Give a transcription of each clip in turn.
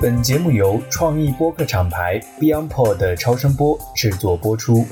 本节目由创意播客厂牌 BeyondPod 的超声波制作播出。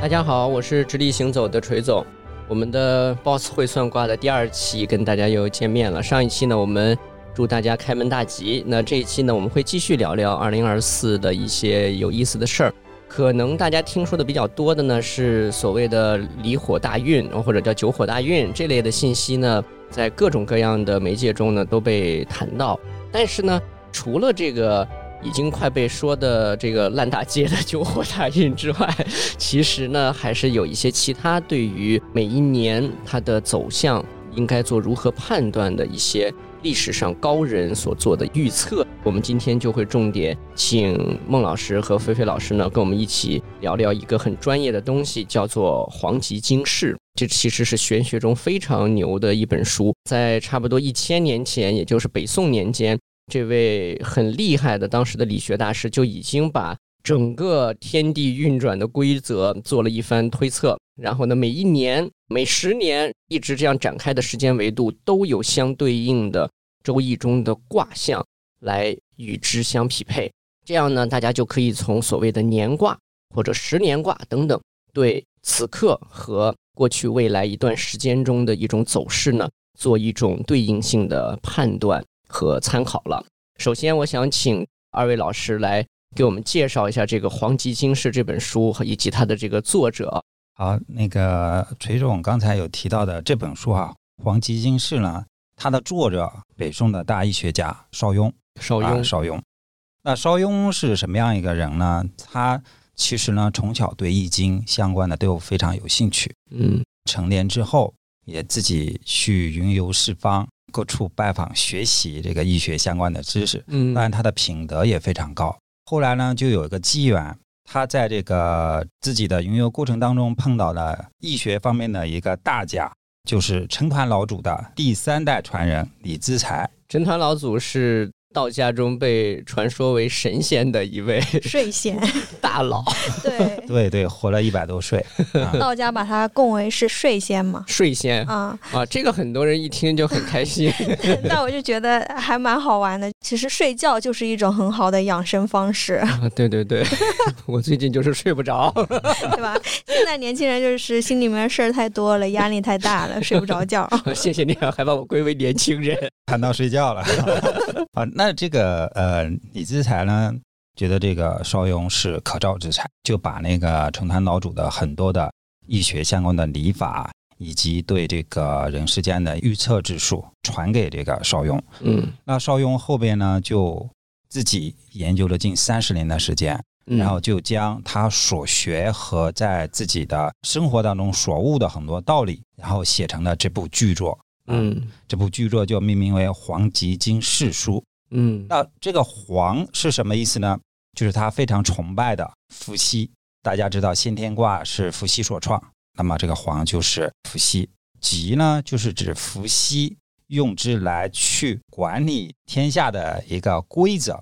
大家好，我是直立行走的锤总。我们的 Boss 会算卦的第二期跟大家又见面了。上一期呢，我们祝大家开门大吉。那这一期呢，我们会继续聊聊2024的一些有意思的事儿。可能大家听说的比较多的呢，是所谓的离火大运或者叫九火大运这类的信息呢，在各种各样的媒介中呢都被谈到。但是呢，除了这个已经快被说的这个烂大街的九火大运之外，其实呢，还是有一些其他对于每一年它的走向应该做如何判断的一些历史上高人所做的预测。我们今天就会重点请孟老师和菲菲老师呢，跟我们一起聊聊一个很专业的东西，叫做黄极经世。这其实是玄学中非常牛的一本书，在差不多一千年前，也就是北宋年间，这位很厉害的当时的理学大师就已经把整个天地运转的规则做了一番推测，然后呢，每一年、每十年一直这样展开的时间维度都有相对应的《周易》中的卦象来与之相匹配。这样呢，大家就可以从所谓的年卦或者十年卦等等，对此刻和过去未来一段时间中的一种走势呢，做一种对应性的判断和参考了。首先，我想请二位老师来给我们介绍一下这个《黄极经世》这本书和以及它的这个作啊者。好，那个锤总刚才有提到的这本书啊，《黄极经世》呢，它的作者北宋的大医学家邵雍。邵啊，雍，邵雍。那邵雍是什么样一个人呢？他其实呢，从小对易经相关的都非常有兴趣。嗯成年之后，也自己去云游四方，各处拜访学习这个易学相关的知识。嗯当然，他的品德也非常高。后来呢，就有一个机缘，他在这个自己的云游过程当中碰到了易学方面的一个大家，就是成团老祖的第三代传人李之才。陈团老祖是道家中被传说为神仙的一 位睡仙，大佬，对，对对，活了一百多岁。啊道家把它供为是睡仙嘛。睡仙啊、 啊，这个很多人一听就很开 心。但我就觉得还蛮好玩的。其实睡觉就是一种很好的养生方 式，啊，对对 对，我最近就是睡不着。对吧？现在年轻人就是心里面事儿太多了，压力太大了，睡不着觉。谢谢你啊，还把我归为年轻人。谈到睡觉了啊。那这个呃，李之才呢，觉得这个邵雍是可造之才，就把那个成坛老祖的很多的易学相关的礼法，以及对这个人世间的预测之术，传给这个邵雍。嗯，那邵雍后边呢，就自己研究了近三十年的时间，嗯然后就将他所学和在自己的生活当中所悟的很多道理，然后写成了这部巨作。嗯这部巨作就命名为《黄极经世书》。嗯那这个“黄”是什么意思呢？就是他非常崇拜的伏羲。大家知道先天卦是伏羲所创，那么这个“黄”就是伏羲。极呢，就是指伏羲用之来去管理天下的一个规则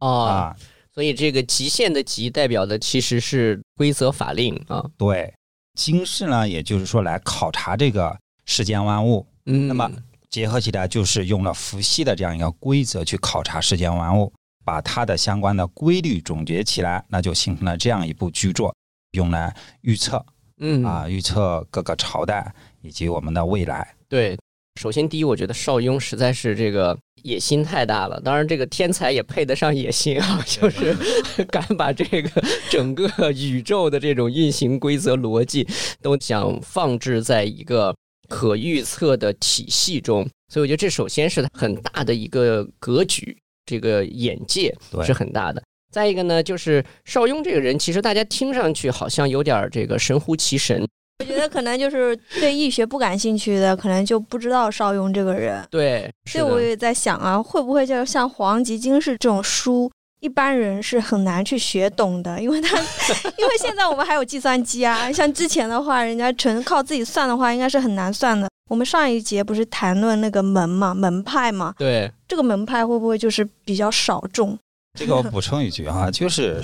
哦，啊。所以这个极限的极代表的其实是规则法令啊。对，经世呢，也就是说来考察这个世间万物，嗯那么结合起来就是用了伏羲的这样一个规则去考察世间万物，把它的相关的规律总结起来，那就形成了这样一部巨作，用来预测嗯啊，预测各个朝代以及我们的未来。对，首先第一，我觉得邵雍实在是这个野心太大了。当然，这个天才也配得上野心啊， 就是 敢把这个整个宇宙的这种运行规则逻辑都想放置在一个可预测的体系中。所以，我觉得这首先是很大的一个格局，这个眼界对是很大的。再一个呢，就是邵雍这个人，其实大家听上去好像有点儿这个神乎其神， 我觉得可能就是对易学不感兴趣的，可能就不知道邵雍这个人。对，所是以的我也在想啊，会不会就是像《黄极经世》这种书，一般人是很难去学懂的，因为它， 因为现在我们还有计算机啊，像之前的话，人家纯靠自己算的话，应该是很难算的。我们上一节不是谈论那个门嘛，门派嘛，对，这个门派会不会就是比较少众？这个我补充一句哈、就是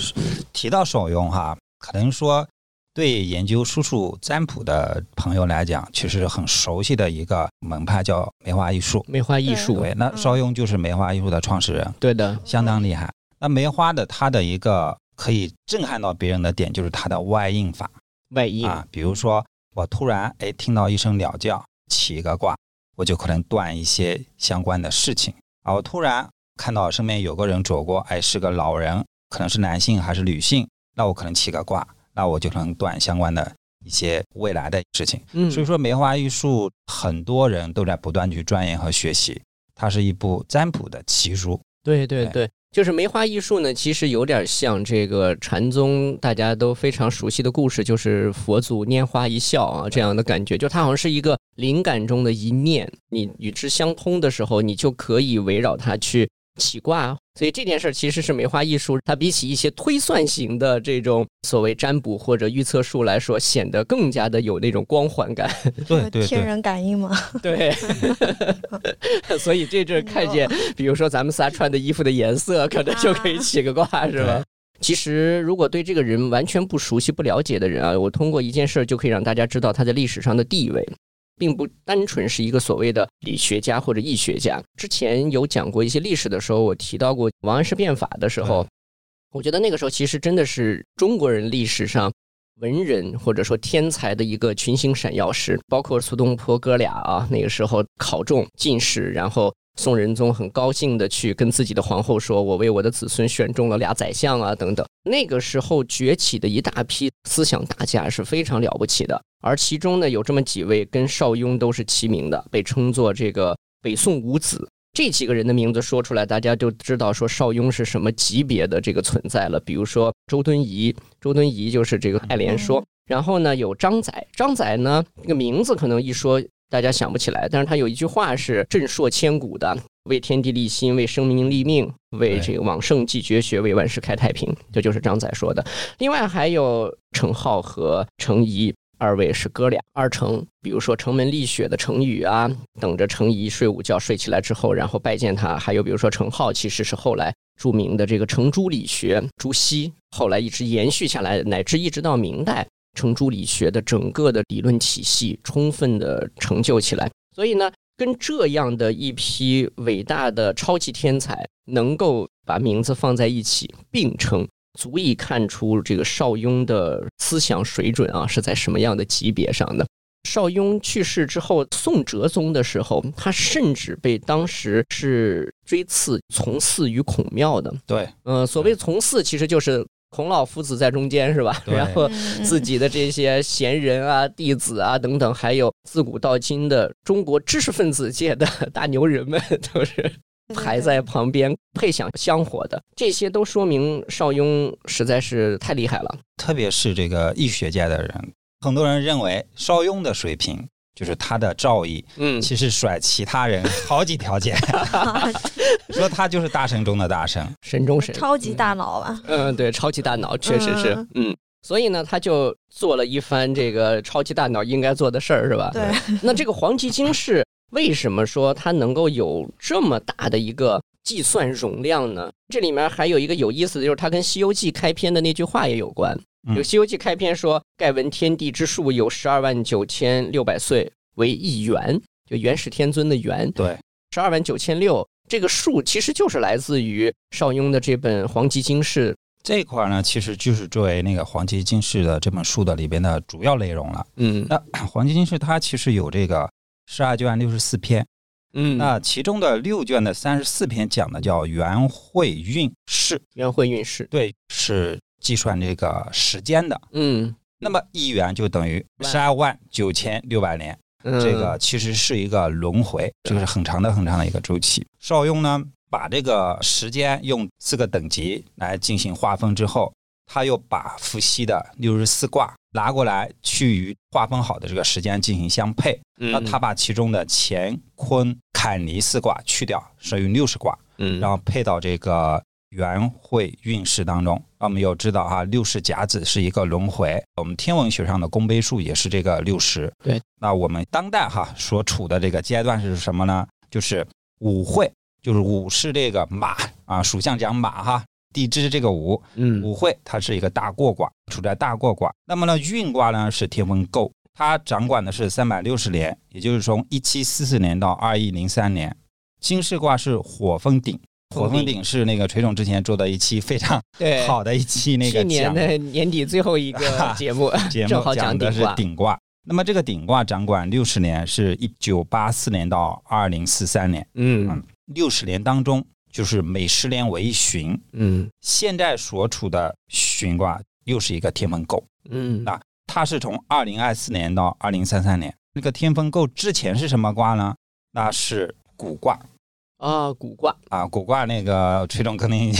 提到手用哈、可能说对研究术数占卜的朋友来讲，其实很熟悉的一个门派叫梅花易数。梅花易数，对，那邵雍就是梅花易数的创始人，对的，相当厉害。那梅花的它的一个可以震撼到别人的点，就是它的外应法外应啊。比如说，我突然哎听到一声鸟叫，起一个卦，我就可能断一些相关的事情啊。我突然看到身边有个人走过，哎是个老人，可能是男性还是女性，那我可能起个卦，那我就能断相关的一些未来的事情。嗯，所以说，梅花易数很多人都在不断去钻研和学习，它是一部占卜的奇书。对对对对，就是梅花易数呢，其实有点像这个禅宗大家都非常熟悉的故事，就是佛祖拈花一笑啊这样的感觉，就它好像是一个灵感中的一念，你与之相通的时候，你就可以围绕它去起卦。啊所以这件事儿其实是梅花易数，它比起一些推算型的这种所谓占卜或者预测术来说，显得更加的有那种光环感。对对天对，人感应嘛，对，所以这阵看见，比如说咱们仨穿的衣服的颜色，可能就可以起个卦，是吧对？其实，如果对这个人完全不熟悉、不了解的人啊，我通过一件事儿就可以让大家知道他在历史上的地位，并不单纯是一个所谓的理学家或者易学家。之前有讲过一些历史的时候，我提到过王安石变法的时候，我觉得那个时候其实真的是中国人历史上文人或者说天才的一个群星闪耀时，包括苏东坡哥俩啊，那个时候考中进士，然后宋仁宗很高兴的去跟自己的皇后说：“我为我的子孙选中了俩宰相啊，等等。”那个时候崛起的一大批思想大家是非常了不起的，而其中呢有这么几位跟邵雍都是齐名的，被称作这个北宋五子。这几个人的名字说出来，大家就知道说邵雍是什么级别的这个存在了。比如说周敦颐，周敦颐就是这个爱莲说。然后呢，有张载，张载呢这个名字可能一说大家想不起来，但是他有一句话是震烁千古的：“为天地立心，为生民立命，为这个往圣继绝学，为万世开太平。”这就是张载说的。另外还有程颢和程颐。二位是哥俩，二程，比如说程门立雪的程宇啊，等着程颐睡午觉，睡起来之后，然后拜见他。还有比如说程颢，其实是后来著名的这个程朱理学，朱熹后来一直延续下来，乃至一直到明代，程朱理学的整个的理论体系充分的成就起来。所以呢，跟这样的一批伟大的超级天才能够把名字放在一起并称，足以看出这个邵雍的思想水准啊是在什么样的级别上的。邵雍去世之后，宋哲宗的时候，他甚至被当时是追赐从祀于孔庙的。对呃，所谓从祀，其实就是孔老夫子在中间，是吧？对然后 嗯自己的这些贤人啊、弟子啊等等，还有自古到今的中国知识分子界的大牛人们，都是排在旁边配享香火的。这些都说明邵雍实在是太厉害了。特别是这个易学界的人，很多人认为邵雍的水平就是他的造诣，嗯其实甩其他人好几条街， 啊 说他就是大神中的大神。神中神，超级大脑吧，嗯，对，超级大脑确实是，嗯，所以呢，他就做了一番这个超级大脑应该做的事儿，是吧？对。那这个黄极经是为什么说它能够有这么大的一个计算容量呢？这里面还有一个有意思的，就是它跟《西游记》开篇的那句话也有关。嗯有《西游记》开篇说：“盖闻天地之数有十二万九千六百岁，为一元。”就元始天尊的元，对，十二万九千六这个数其实就是来自于邵雍的这本《黄极经世》这块儿呢，其实就是作为那个黄极进士的这本书的里边的主要内容了。嗯那黄极进士它其实有这个十二卷六十四篇，嗯，那其中的六卷的三十四篇讲的叫元会运势，元会运势，对，是计算这个时间的。嗯，那么一元就等于万十二万九千六百年，嗯这个其实是一个轮回，这个是很长的很长的一个周期。邵雍呢，把这个时间用四个等级来进行划分之后，他又把伏羲的六十四卦拿过来，去与划分好的这个时间进行相配。嗯那他把其中的乾、坤、坎离四卦去掉，剩余六十卦，嗯，然后配到这个元会运势当中。那我们要知道哈、六十甲子是一个轮回，我们天文学上的公倍数也是这个六十。对，那我们当代哈所处的这个阶段是什么呢？就是五会，就是五是这个马啊，属相讲马哈，地支这个午，嗯午会它是一个大过卦，处在大过卦。那么呢，运卦呢是天文姤，它掌管的是三百六十年，也就是从一七四四年到二一零三年。金世卦是火风鼎，火风鼎风鼎是那个锤总之前做的一期非常对，好的一期那个去年讲的年底最后一个 哈节目，节 正目好讲讲的顶是卦，鼎卦。那么这个鼎卦掌管六十年，是一九八四年到二零四三年。嗯嗯六十年当中，就是每十年为一旬。嗯现在所处的旬卦又是一个天门姤，嗯那它是从二零二四年到二零三三年。那个天风姤之前是什么卦呢？那是古卦啊，古卦，啊，古卦那个崔总肯定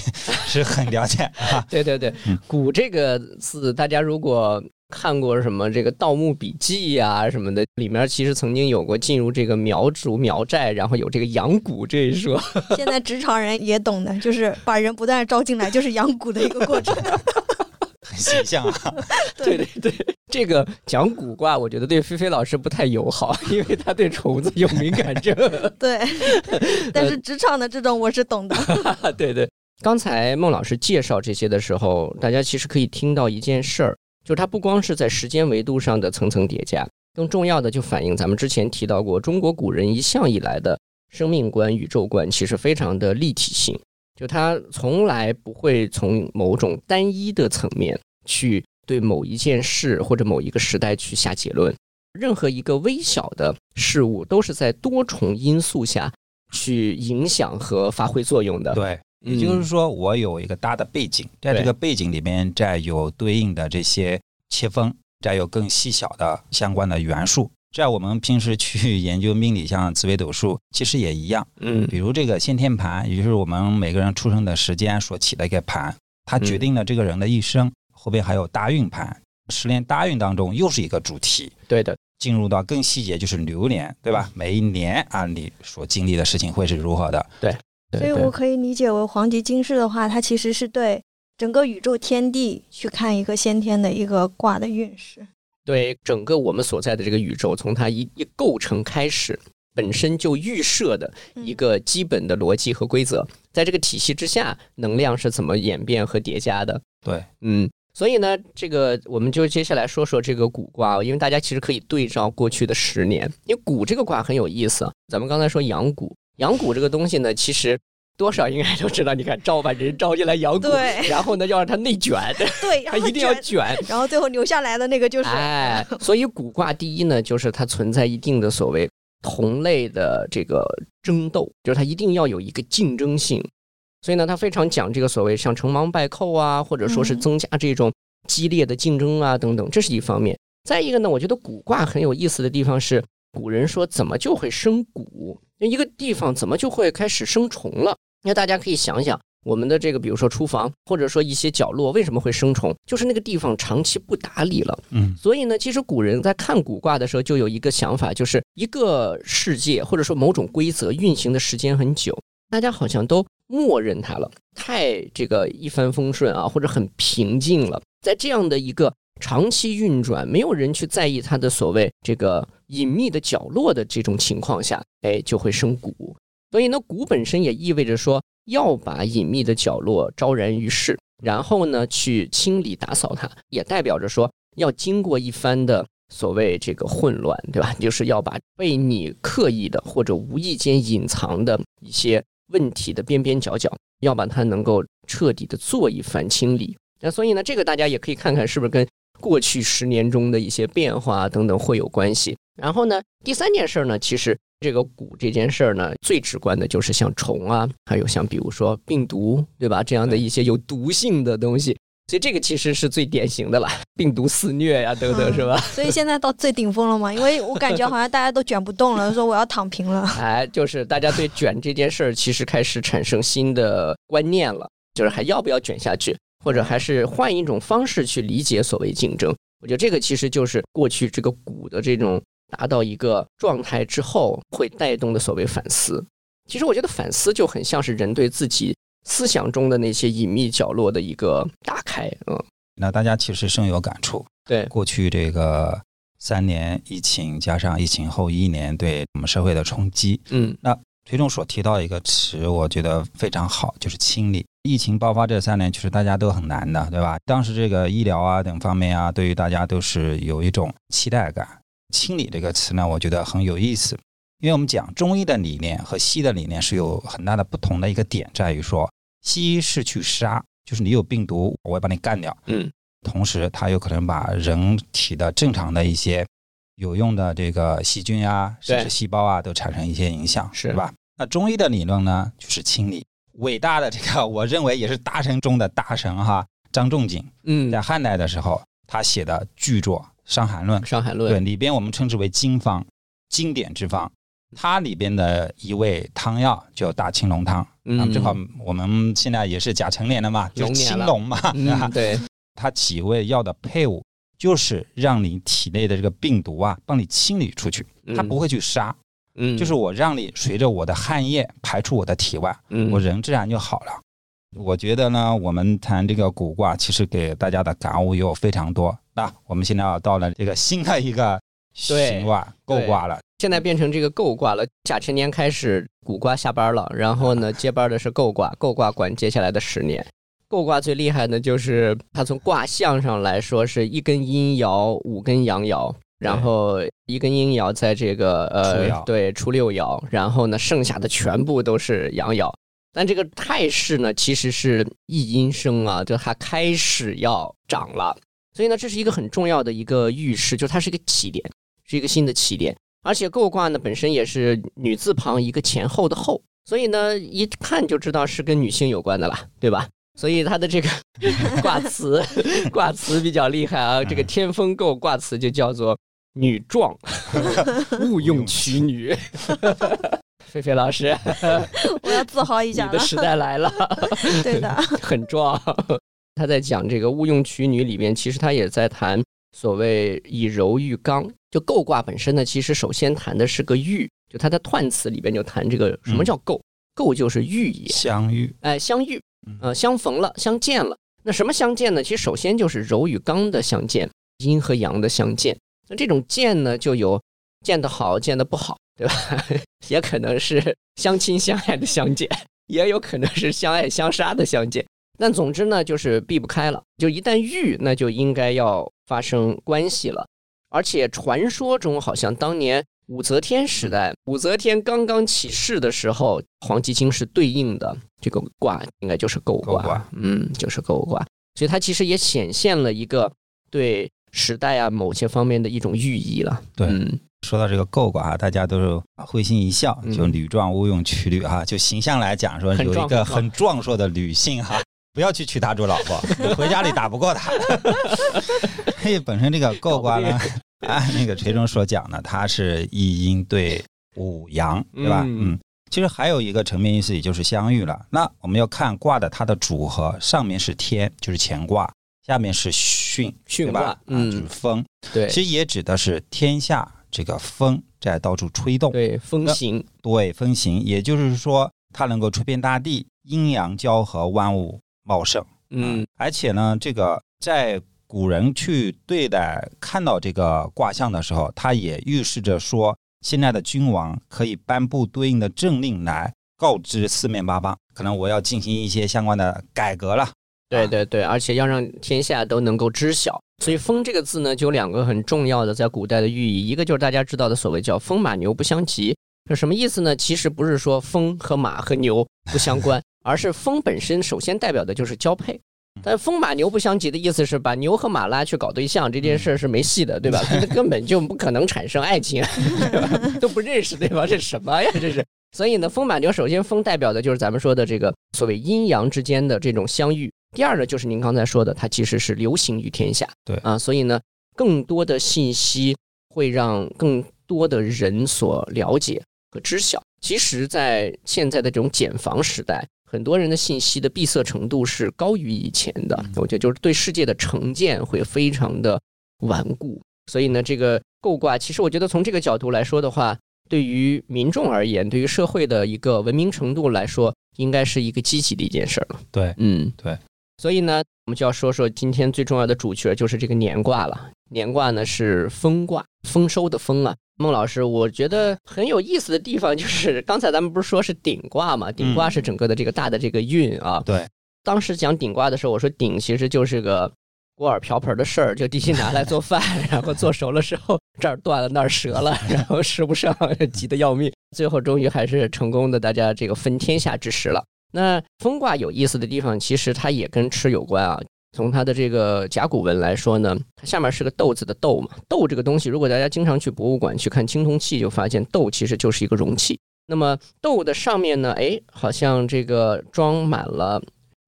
是很了解 啊。对对对嗯，古这个字，大家如果看过什么这个《盗墓笔记》呀什么的，里面其实曾经有过进入这个苗族苗寨，然后有这个养蛊这一说。现在职场人也懂的，就是把人不断地招进来，就是养蛊的一个过 程。很形象啊。对对对，这个讲古卦，我觉得对菲菲老师不太友好，因为她对虫子有敏感症。 对，但是职场的这种我是懂的。 对对，刚才孟老师介绍这些的时候，大家其实可以听到一件事儿，就是它不光是在时间维度上的层层叠加，更重要的就反映咱们之前提到过，中国古人一向以来的生命观、宇宙观其实非常的立体性，就它从来不会从某种单一的层面去对某一件事或者某一个时代去下结论。任何一个微小的事物都是在多重因素下去影响和发挥作用的。对，嗯也就是说，我有一个大的背景，在这对个背景里面再有对应的这些切分，再有更细小的相关的元素。在我们平时去研究命理，像紫微斗数，其实也一样。嗯比如这个先天盘，也就是我们每个人出生的时间所起的一个盘，它决定了这个人的一生。后边还有大运盘，十年大运当中又是一个主题。对的，进入到更细节，就是流年，对吧？每一年啊，你所经历的事情会是如何的？所以我可以理解为黄极金世的话，它其实是对整个宇宙天地去看一个先天的一个卦的运势。对整个我们所在的这个宇宙，从它一一构成开始，本身就预设的嗯一个基本的逻辑和规则，在这个体系之下，能量是怎么演变和叠加的？对，嗯，所以呢，这个我们就接下来说说这个古卦啊，因为大家其实可以对照过去的十年，因为古这个卦很有意思啊。咱们刚才说养蛊，养蛊这个东西呢，其实多少应该都知道，你看招把人招进来养蛊，对然后呢要让它内卷，对，它然后一定要卷卷，然后最后留下来的那个就是，哎， 所以古卦第一呢，就是它存在一定的所谓同类的这个争斗，就是它一定要有一个竞争性。所以呢，它非常讲这个所谓像成王败寇啊，或者说是嗯增加这种激烈的竞争啊等等，这是一方面。再一个呢，我觉得古卦很有意思的地方是，古人说怎么就会生蛊？那一个地方怎么就会开始生虫了？那大家可以想想，我们的这个比如说厨房，或者说一些角落为什么会生虫，就是那个地方长期不打理了。嗯，所以呢，其实古人在看古卦的时候，就有一个想法，就是一个世界或者说某种规则运行的时间很久，大家好像都默认它了，太这个一帆风顺啊，或者很平静了。在这样的一个长期运转，没有人去在意它的所谓这个隐秘的角落的这种情况下，哎，就会生蛊。所以呢，蛊本身也意味着说要把隐秘的角落昭然于世，然后呢去清理打扫它，也代表着说要经过一番的所谓这个混乱，对吧？ 就是要把被你刻意的或者无意间隐藏的一些问题的边边角角，要把它能够彻底的做一番清理。那所以呢，这个大家也可以看看是不是跟过去十年中的一些变化啊等等会有关系。然后呢，第三件事儿呢，其实这个蛊这件事儿呢，最直观的就是像虫啊，还有像比如说病毒，对吧？这样的一些有毒性的东西，所以这个其实是最典型的了，病毒肆虐呀、等等，是吧？所以现在到最顶峰了嘛？因为我感觉好像大家都卷不动了，说我要躺平了。哎，就是大家对卷这件事儿其实开始产生新的观念了，就是还要不要卷下去，或者还是换一种方式去理解所谓竞争。我觉得这个其实就是过去这个股的这种达到一个状态之后会带动的所谓反思。其实我觉得反思就很像是人对自己思想中的那些隐秘角落的一个打开，嗯，那大家其实深有感触。对，过去这个三年疫情加上疫情后一年对我们社会的冲击，嗯崔总所提到的一个词，我觉得非常好，就是清理。疫情爆发这三年，其实大家都很难的，对吧？当时这个医疗啊等方面啊，对于大家都是有一种期待感。清理这个词呢，我觉得很有意思，因为我们讲中医的理念和西医的理念是有很大的不同的一个点，在于说西医是去杀，就是你有病毒，我要把你干掉，嗯，同时它有可能把人体的正常的一些有用的这个细菌啊，对甚至细胞啊，都产生一些影响，是对吧？那中医的理论呢，就是清理。伟大的这个，我认为也是大神中的大神哈，张仲景嗯在，汉代的时候，他写的巨作《伤寒论》，伤寒对，论，里边我们称之为经方，经典之方。它里边的一味汤药叫大青龙汤，那么嗯，正好我们现在也是甲辰年的嘛，就是龙年青了龙嘛，嗯，对，它几味药的配伍就是让你体内的这个病毒啊，帮你清理出去，它嗯不会去杀，嗯，就是我让你随着我的汗液排出我的体外，嗯我人自然就好了。我觉得呢，我们谈这个古卦，其实给大家的感悟有非常多。那我们现在要到了这个新的一个对行卦对构卦了，现在变成这个构卦了。甲辰年开始，古卦下班了，然后呢，接班的是构卦，构卦管接下来的十年。构卦最厉害的就是它从卦象上来说是一根阴爻，五根阳爻，然后一根阴爻在这个初呃爻对初六爻，然后呢剩下的全部都是阳爻。但这个态势呢，其实是一阴生啊，就它开始要涨了，所以呢，这是一个很重要的一个预示，就它是一个起点，是一个新的起点。而且构卦呢本身也是女字旁一个前后的后，所以呢一看就知道是跟女性有关的啦，对吧？所以它的这个卦辞，卦辞比较厉害啊。这个天风构卦辞就叫做“女壮，勿用娶女” 。 菲菲老师， 我要自豪一你下的了。时代来了。对的， 很壮。他在讲这个勿用娶女里面，其实他也在谈所谓以柔御刚。就构卦本身呢，其实首先谈的是个御，就他在彖词里边就谈这个什么叫构，构就是御也，相遇哎，相遇嗯，呃，相逢了，相见了。那什么相见呢？其实首先就是柔与刚的相见，阴和阳的相见。那这种见呢，就有见得好，见得不好，对吧？ 也可能是相亲相爱的相见，也有可能是相爱相杀的相见。 但总之呢，就是避不开了。就一旦遇，那就应该要发生关系了。而且传说中，好像当年武则天时代，武则天刚刚起事的时候，黄极经是对应的这个卦，应该就是艮艮卦卦，嗯，就是艮卦。所以它其实也显现了一个对时代啊某些方面的一种寓意了。对嗯，说到这个构卦啊，大家都是会心一笑，嗯就女壮勿用娶女哈，就形象来讲说很有壮一个很壮很壮硕的女性哈，不要去娶她做老 婆，你回家里打不过她。嘿，本身这个构卦呢搞， 按那个锤中所讲呢，它是一阴对五阳，对吧？嗯嗯。其实还有一个层面意思，也就是相遇了。那我们要看卦的它的组合，上面是天，就是乾卦，下面是巽，巽对卦吧？嗯啊就是风。对，其实也指的是天下这个风在到处吹动，对风行，对风行，也就是说它能够吹遍大地，阴阳交合，万物茂盛。嗯，而且呢，这个在古人去对待看到这个卦象的时候，它也预示着说，现在的君王可以颁布对应的政令来告知四面八方，可能我要进行一些相关的改革了。对对对，而且要让天下都能够知晓。所以“风”这个字呢，就有两个很重要的在古代的寓意，一个就是大家知道的所谓叫“风马牛不相及”，这什么意思呢？其实不是说风和马和牛不相关，而是风本身首先代表的就是交配。但风马牛不相及的意思是把牛和马拉去搞对象，这件事儿是没戏的，对吧？它根本就不可能产生爱情， 对吧都不认识对方，这什么呀？这是。所以呢，风马牛首先风代表的就是咱们说的这个所谓阴阳之间的这种相遇。第二呢，就是您刚才说的，它其实是流行于天下。对啊，所以呢，更多的信息会让更多的人所了解和知晓。其实，在现在的这种茧房时代，很多人的信息的闭塞程度是高于以前的。我觉得就是对世界的成见会非常的顽固。所以呢，这个构卦，其实我觉得从这个角度来说的话，对于民众而言，对于社会的一个文明程度来说，应该是一个积极的一件事儿了。对，嗯，对。所以呢，我们就要说说今天最重要的主角就是这个年卦了。年卦呢是丰卦，丰收的丰啊。孟老师，我觉得很有意思的嗯地方就是，刚才咱们不是说是鼎卦嘛？鼎卦是整个的这个大的这个运啊。对。当时讲顶卦的时候，我说顶其实就是个锅碗瓢盆的事儿，就地心拿来做饭， 然后做熟了之后这儿断了那儿折了，然后吃不上， 急得要命。最后终于还是成功的，大家这个分天下之食了。那风卦有意思的地方，其实它也跟吃有关啊。从它的这个甲骨文来说呢，它下面是个豆字的豆嘛。豆这个东西，如果大家经常去博物馆去看青铜器，就发现豆其实就是一个容器。那么豆的上面呢，哎，好像这个装满了，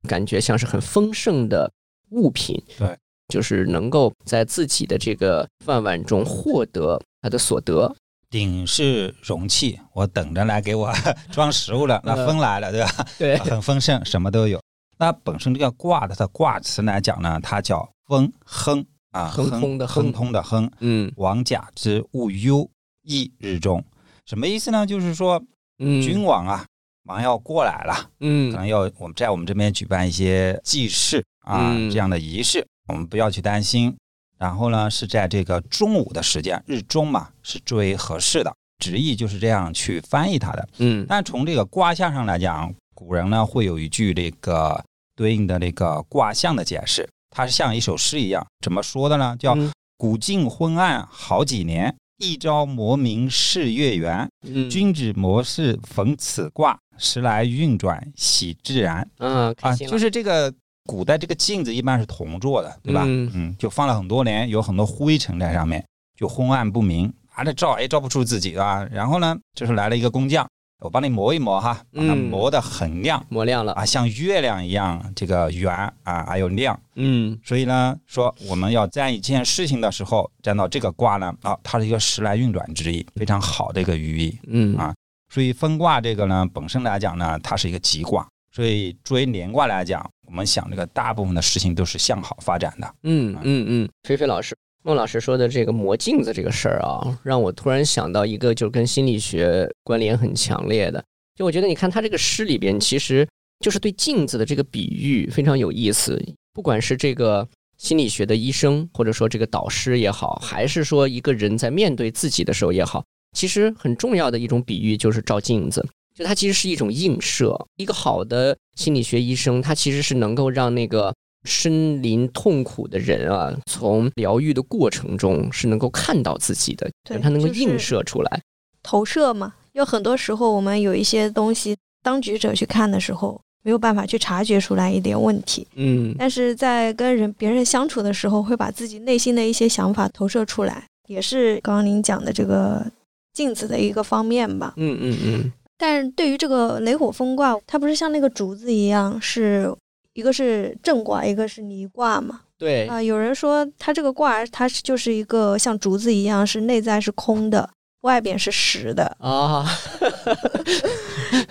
感觉像是很丰盛的物品。对，就是能够在自己的这个饭碗中获得它的所得。鼎是容器，我等着来给我 装食物了。那呃风来了，对吧？对很丰盛，什么都有。那本身这个卦的它卦辞来讲呢，它叫风亨啊，亨通的亨亨通的亨，嗯王甲之勿忧，益日中。什么意思呢？就是说嗯，君王啊，王要过来了，可嗯能要我们在我们这边举办一些祭祀啊、嗯这样的仪式，我们不要去担心。然后呢，是在这个中午的时间，日中嘛是最为合适的，直译就是这样去翻译它的。嗯但从这个卦象上来讲，古人呢会有一句这个对应的那个卦象的解释，它是像一首诗一样，怎么说的呢？叫嗯“古镜昏暗好几年，一朝磨明是月圆。嗯君子谋事逢此卦，时来运转喜自然。嗯开啊，心了就是这个古代这个镜子一般是铜做的，对吧？嗯就放了很多年，有很多灰尘在上面，就昏暗不明，拿着照哎也照不出自己啊。然后呢，就是来了一个工匠，我帮你磨一磨哈，把它嗯磨得很亮、磨亮了。啊，像月亮一样这个圆啊，还有亮。嗯所以呢，说我们要占一件事情的时候，占到这个卦呢，啊，它是一个时来运转之意，非常好的一个寓意。嗯啊所以分卦这个呢，本身来讲呢，它是一个吉卦。所以作为连卦来讲，我们想这个大部分的事情都是向好发展的。嗯嗯嗯，菲菲老师。孟老师说的这个磨镜子这个事儿啊，让我突然想到一个，就跟心理学关联很强烈的。就我觉得，你看他这个诗里边，其实就是对镜子的这个比喻非常有意思。不管是这个心理学的医生，或者说这个导师也好，还是说一个人在面对自己的时候也好，其实很重要的一种比喻就是照镜子。就它其实是一种映射。一个好的心理学医生，他其实是能够让那个身临痛苦的人啊，从疗愈的过程中是能够看到自己的，对他能够就是映射出来。投射嘛。有很多时候，我们有一些东西，当局者去看的时候，没有办法去察觉出来一点问题，嗯但是在跟人别人相处的时候，会把自己内心的一些想法投射出来，也是刚刚您讲的这个镜子的一个方面吧。嗯嗯嗯但是对于这个雷火风卦，它不是像那个竹子一样，是一个是正卦，一个是离卦嘛？对啊、，有人说它这个卦，它是就是一个像竹子一样，是内在是空的，外边是实的。啊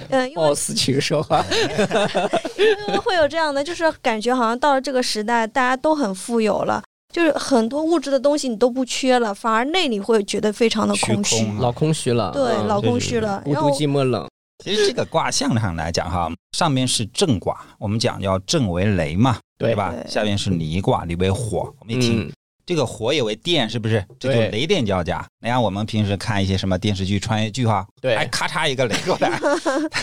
嗯，因为，boss 请说话。因为嗯会有这样的，就是感觉好像到了这个时代，大家都很富有了，就是很多物质的东西你都不缺了，反而内里会觉得非常的空虚空虚，啊老空虚了，对，嗯老对空对虚了。孤然独后寂寞冷。其实这个卦象上来讲哈，上面是震卦，我们讲叫震为雷嘛，对吧？对下面是离卦，离为火。我们一听、嗯，这个火也为电，是不是？这就对雷电交加。你看我们平时看一些什么电视剧、穿越剧哈，对哎，咔嚓一个雷过来，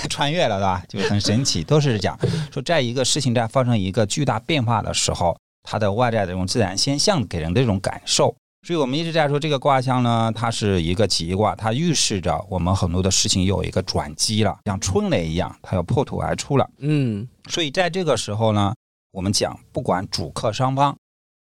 穿越了，对吧？就是很神奇，都是讲说，在一个事情在发生一个巨大变化的时候，它的外在的这种自然现象给人的这种感受。所以我们一直在说这个卦象呢，它是一个吉卦，它预示着我们很多的事情有一个转机了，像春雷一样，它要破土而出了。嗯所以在这个时候呢，我们讲，不管主客双方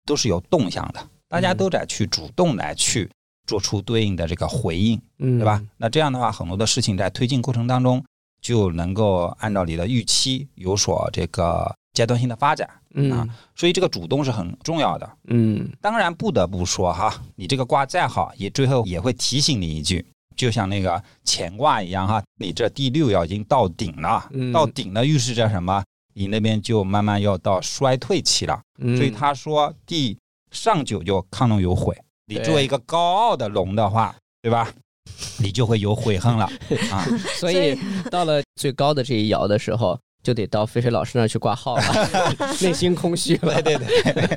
都是有动向的，大家嗯都在去主动来去做出对应的这个回应，嗯，对吧？？那这样的话，很多的事情在推进过程当中就能够按照你的预期有所这个阶段性的发展，嗯啊所以这个主动是很重要的。嗯当然，不得不说哈，你这个卦再好，也最后也会提醒你一句，就像那个乾卦一样哈，你这第六爻已经到顶了，嗯到顶了预示着什么？你那边就慢慢要到衰退期了。嗯，所 以他说第上九就亢龙有悔，你对作为一个高傲的龙的话，对吧？你就会有悔 恨了啊！所以 到了最高的这一爻的时候，就得到菲菲老师那儿去挂号了， 内心空虚了。对对对，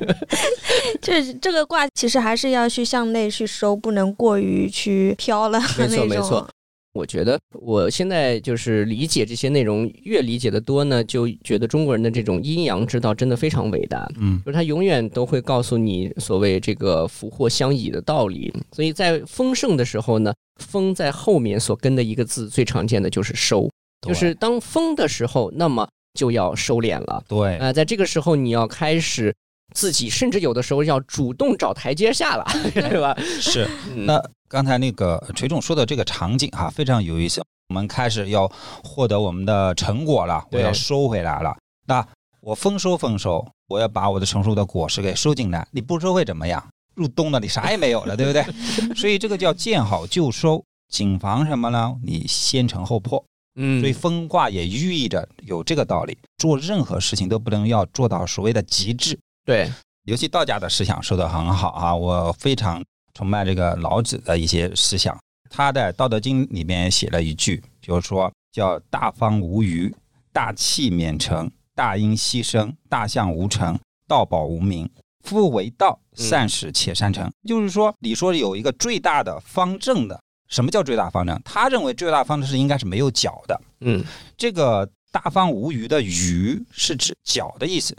这这个卦其实还是要去向内去收，不能过于去飘了没那错种。没错，我觉得我现在就是理解这些内容，越理解的多呢，就觉得中国人的这种阴阳之道真的非常伟大。嗯就是他永远都会告诉你所谓这个福祸相倚的道理。所以在丰盛的时候呢，丰在后面所跟的一个字最常见的就是收，对就是当丰的时候，那么就要收敛了。对，啊、在这个时候你要开始自己，甚至有的时候要主动找台阶下 了，对吧？是。嗯那刚才那个锤总说的这个场景哈、非常有意思。我们开始要获得我们的成果了，我对要收回来了。那我丰收丰收，我要把我的成熟的果实给收进来。你不收会怎么样？入冬了，你啥也没有了，对不 对？所以这个叫见好就收。谨防什么呢？你先成后破。嗯所以风卦也寓意着有这个道理，做任何事情都不能要做到所谓的极致。对，尤其道家的思想说的很好啊，我非常崇拜这个老子的一些思想。他的《道德经》里面写了一句，就是说叫“大方无余，大器免成，大音希声，大象无成，道宝无名。夫为道，善始且善成。就是说，你说有一个最大的方正的，什么叫最大方正？他认为最大方正是应该是没有脚的。嗯这个“大方无余”的“余”是指脚的意思，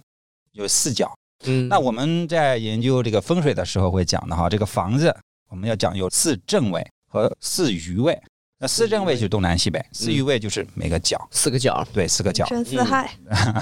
有四脚。嗯，那我们在研究这个风水的时候会讲的哈，这个房子我们要讲有四正位和四余位。那四正位就是东南西北，四余位就是每个角，四个角，对，四个角。深似海，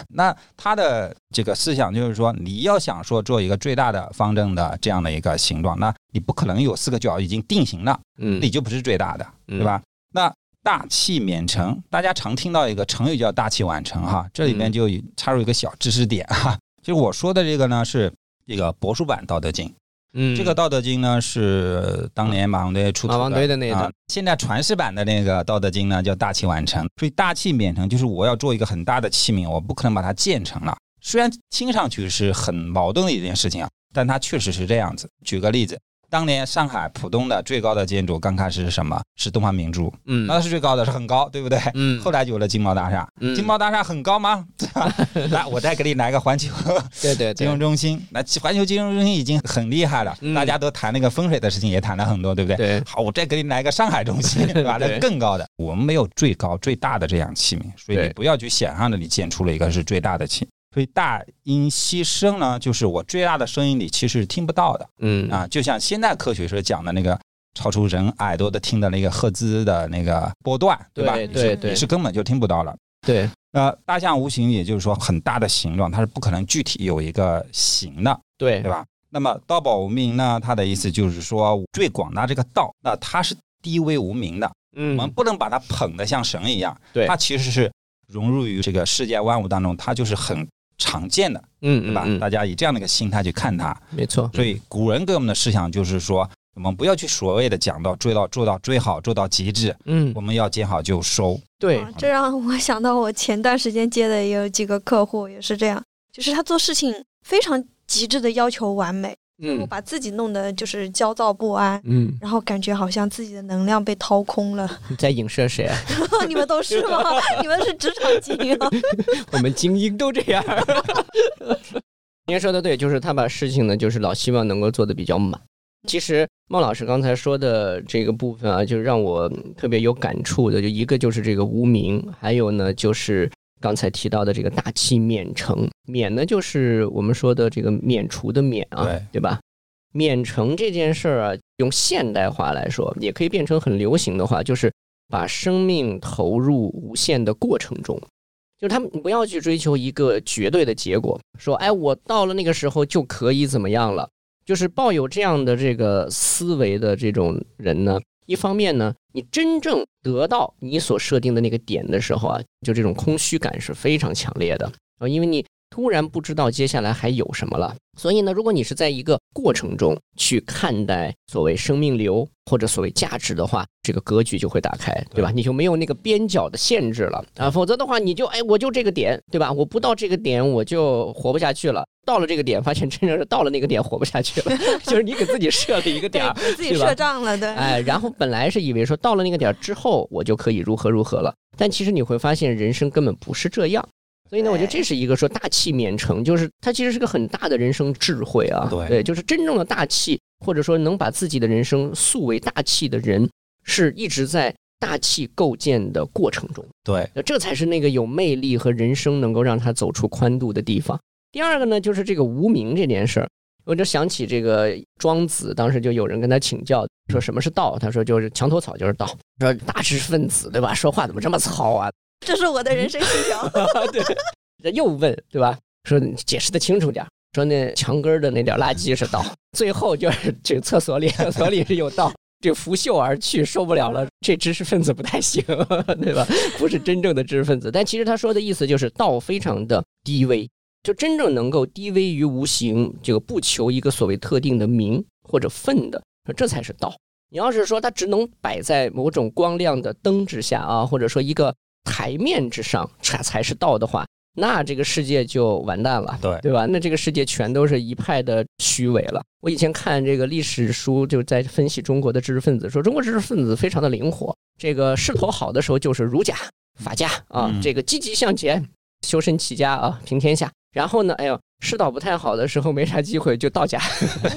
那他的这个思想就是说，你要想说做一个最大的方正的这样的一个形状，那你不可能有四个角已经定型了，嗯你就不是最大的，对？吧？那大器免成，大家常听到一个成语叫大器晚成哈，这里面嗯就有插入一个小知识点哈，就是我说的这个呢是这个帛书版《道德经》。嗯，这个《道道德经》呢是当年马王堆出土马王堆的那一啊段，现在传世版的那个《道德经》呢叫大器晚成，所以大器免成就是我要做一个很大的器皿，我不可能把它建成了。虽然听上去是很矛盾的一件事情啊，但它确实是这样子。举个例子，当年上海浦东的最高的建筑刚开始是什么？是东方明珠，嗯那是最高的，是很高，对不对？嗯后来有了金茂大厦，嗯金茂大厦很 高吗？ 来，我再给你来个环球对对金融对中心，那环球金融中心已经很厉害了，嗯大家都谈那个风水的事情，也谈了很多，对不对？对好，我再给你来个上海中 心，对吧？那对更高的，我们没有最高最大的这样器皿，所以你对不要去想象着你建出了一个是最大的器。所以大音希声呢，就是我最大的声音你其实是听不到的嗯啊，就像现代科学所讲的那个超出人耳朵的听的那个赫兹的那个波段，吧？对你是对对你是根本就听不到了。对，那大象无形，也就是说很大的形状，它是不可能具体有一个形的，对对吧？那么道宝无名呢？它的意思就是说，最广大这个道，那它是低微无名的，我嗯们不能把它捧得像神一样，对它其实是融入于这个世界万物当中，它就是很常见的，嗯对吧？嗯嗯嗯大家以这样的一个心态去看它，没错，所以古人给我们的思想就是说，我们不要去所谓的讲到追到做到最好，做到极致，嗯我，们要见好就收，对啊，这让我想到我前段时间接的也有几个客户也是这样，就是他做事情非常极致的要求完美，我嗯把自己弄得就是焦躁不安。嗯，然后感觉好像自己的能量被掏空了，你在影射谁啊？ 你们都是 吗？你们是职场精英啊？我们精英都这样。 您说的对，就是他把事情呢，就是老希望能够做得比较满。其实孟老师刚才说的这个部分啊，就是让我特别有感触的，就一个就是这个无名，还有呢就是刚才提到的这个大器免成。免呢就是我们说的这个免除的免啊，对对吧？免成这件事儿啊，用现代化来说，也可以变成很流行的话，就是把生命投入无限的过程中。就是他们你不要去追求一个绝对的结果，说哎，我到了那个时候就可以怎么样了。就是抱有这样的这个思维的这种人呢，一方面呢，你真正得到你所设定的那个点的时候啊，就这种空虚感是非常强烈的啊，因为你突然不知道接下来还有什么了。所以呢，如果你是在一个过程中去看待所谓生命流或者所谓价值的话，这个格局就会打开，对吧？你就没有那个边角的限制了啊，否则的话，你就哎，我就这个点，对吧？我不到这个点我就活不下去了。到了这个点，发现真正是到了那个点活不下去了， 就是你给自己设了一个点儿，给自己是吧设障了，对。哎，然后本来是以为说到了那个点儿之后，我就可以如何如何了，但其实你会发现人生根本不是这样。所以呢，我觉得这是一个说大器免成，就是它其实是个很大的人生智慧啊。对就是真正的大气，或者说能把自己的人生塑为大气的人，是一直在大气构建的过程中。对，那这才是那个有魅力和人生能够让他走出宽度的地方。第二个呢，就是这个无名这件事儿，我就想起这个庄子，当时就有人跟他请教，说什么是道？他说就是墙头草就是道，说大知识分子对吧？说话怎么这么糙啊？这是我的人生信条。 对，人又问对吧？说你解释的清楚点儿，说那墙根儿的那点儿垃圾是道， 最后就是这个厕所里，厕所里是有道。这拂袖而去，受不了了。这知识分子不太行， 对吧？不是真正的知识分子。但其实他说的意思就是，道非常的低微，就真正能够低微于无形，这个不求一个所谓特定的名或者分的，这才是道。你要是说它只能摆在某种光亮的灯之下啊，或者说一个台面之上，才才是道的话，那这个世界就完蛋了，对对吧？那这个世界全都是一派的虚伪了。我以前看这个历史书，就在分析中国的知识分子，说中国知识分子非常的灵活，这个势头好的时候就是儒家、法家啊，嗯这个积极向前，修身齐家啊，平天下。然后呢，哎呦，世道不太好的时候，没啥机会就道家，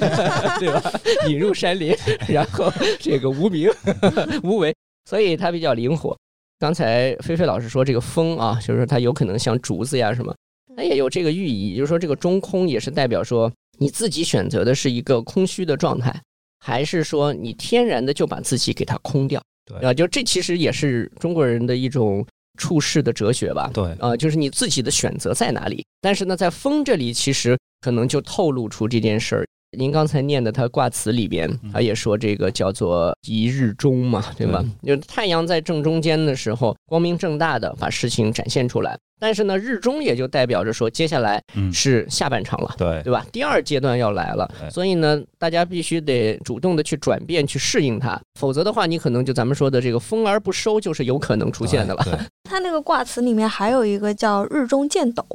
对吧？引入山林，然后这个无名 无为，所以它比较灵活。刚才菲菲老师说这个风啊，就是说它有可能像竹子呀什么，它也有这个寓意，也就是说这个中空也是代表说你自己选择的是一个空虚的状态，还是说你天然的就把自己给它空掉？对啊，就这其实也是中国人的一种处世的哲学吧。对，啊、就是你自己的选择在哪里。但是呢，在风这里，其实可能就透露出这件事儿。您刚才念的它卦辞里边，他也说这个叫做一日中嘛，对吧？就是太阳在正中间的时候，光明正大的把事情展现出来。但是呢，日中也就代表着说，接下来嗯，是下半场了。对，对吧？第二阶段要来了，对所以呢，大家必须得主动的去转变、去适应它，否则的话，你可能就咱们说的这个“风而不收”就是有可能出现的了。对，它那个卦辞里面还有一个叫“日中见斗”，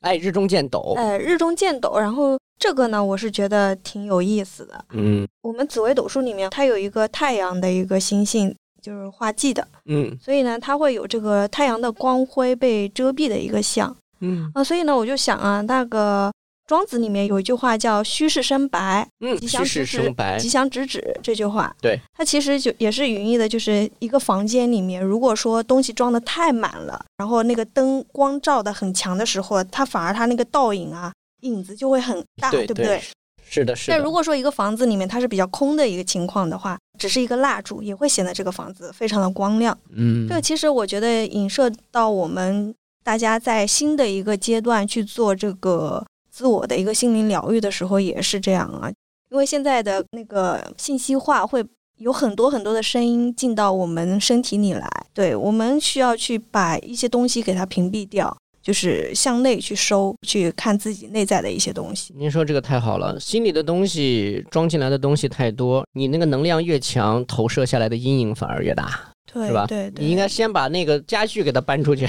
哎，日中见斗，哎，日中见斗。然后这个呢，我是觉得挺有意思的。嗯我们紫微斗数里面，它有一个太阳的一个星星，就是化忌的，嗯所以呢，它会有这个太阳的光辉被遮蔽的一个象嗯啊。所以呢，我就想啊，那个庄子里面有一句话叫“虚室生白，嗯，吉祥虚之室至生白，吉祥直指”这句话。对，它其实就也是隐喻的，就是一个房间里面，如果说东西装的太满了，然后那个灯光照的很强的时候，它反而它那个倒影啊。影子就会很大，对不对对？是的，是但的如。果说一个房子里面它是比较空的一个情况的话，只是一个蜡烛，也会显得这个房子非常的光亮。嗯这个其实我觉得影射到我们大家在新的一个阶段去做这个自我的一个心灵疗愈的时候也是这样啊，因为现在的那个信息化会有很多很多的声音进到我们身体里来，对我们需要去把一些东西给它屏蔽掉，就是向内去收，去看自己内在的一些东西。您说这个太好了，心里的东西装进来的东西太多，你那个能量越强，投射下来的阴影反而越大，对是吧？对对，你 应该先把那个家具给它搬出去，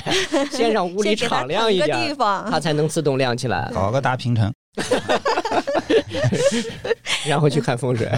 先让屋里先给它敞亮腾一个点地儿，它方。才能自动亮起来，搞个大平层，然后去看风水。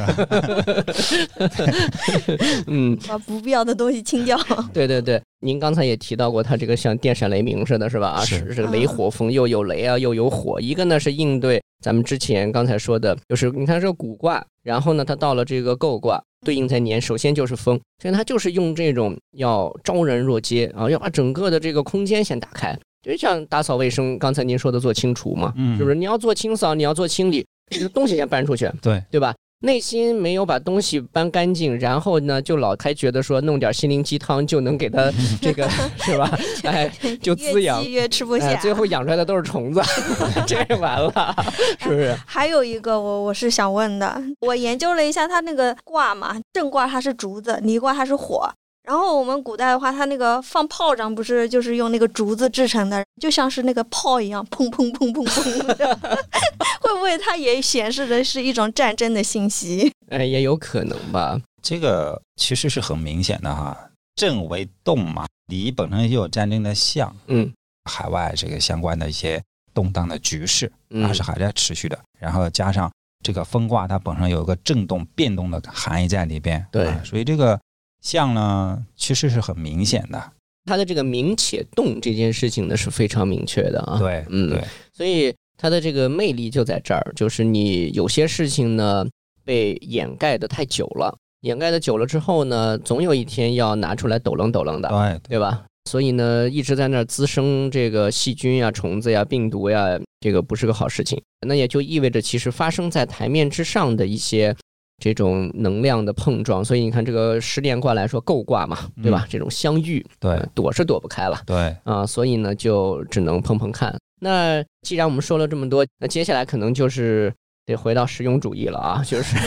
嗯，把不必要的东西清掉，对对对，您刚才也提到过，它这个像电闪雷鸣似的，是吧？啊，是这个雷火风又有雷啊，又有火。一个呢是应对咱们之前刚才说的，就是你看这个古卦，然后呢它到了这个艮卦，对应在年，首先就是风，所以它就是用这种要昭然若揭啊，要把整个的这个空间先打开，就像打扫卫生，刚才您说的做清除嘛，嗯是不是？你要做清扫，你要做清理，这个东西先搬出去，对对吧？内心没有把东西搬干净，然后呢，就老还觉得说弄点心灵鸡汤就能给 他这个是吧？哎， 就滋养越积越吃不下。哎，最后养出来的都是虫子， 这就完了，是不是？还有一个我我是想问的，我研究了一下它那个卦嘛，震卦它是竹子，离卦它是火。然后我们古代的话，它那个放炮仗不是就是用那个竹子制成的，就像是那个炮一样，砰砰砰砰砰 的，会不会它也显示的是一种战争的信息？ 哎，也有可能吧。这个其实是很明显的哈，震为动嘛，离本身就有战争的象，嗯海外这个相关的一些动荡的局势，它嗯是还在持续的。然后加上这个风卦，它本身有一个震动、变动的含义在里边，对啊所以这个象呢，其实是很明显的，他的这个明且动这件事情呢是非常明确的啊。对，嗯对，所以它的这个魅力就在这儿，就是你有些事情呢被掩盖的太久了，掩盖的久了之后呢，总有一天要拿出来抖楞抖楞的，对对吧？所以呢，一直在那儿滋生这个细菌呀、虫子呀、病毒呀，这个不是个好事情。那也就意味着，其实发生在台面之上的一些这种能量的碰撞。所以你看，这个十连卦来说，构卦嘛，对吧？这种相遇，对呃躲是躲不开了对，啊、所以呢，就只能碰碰看。那既然我们说了这么多，那接下来可能就是得回到实用主义了啊，就是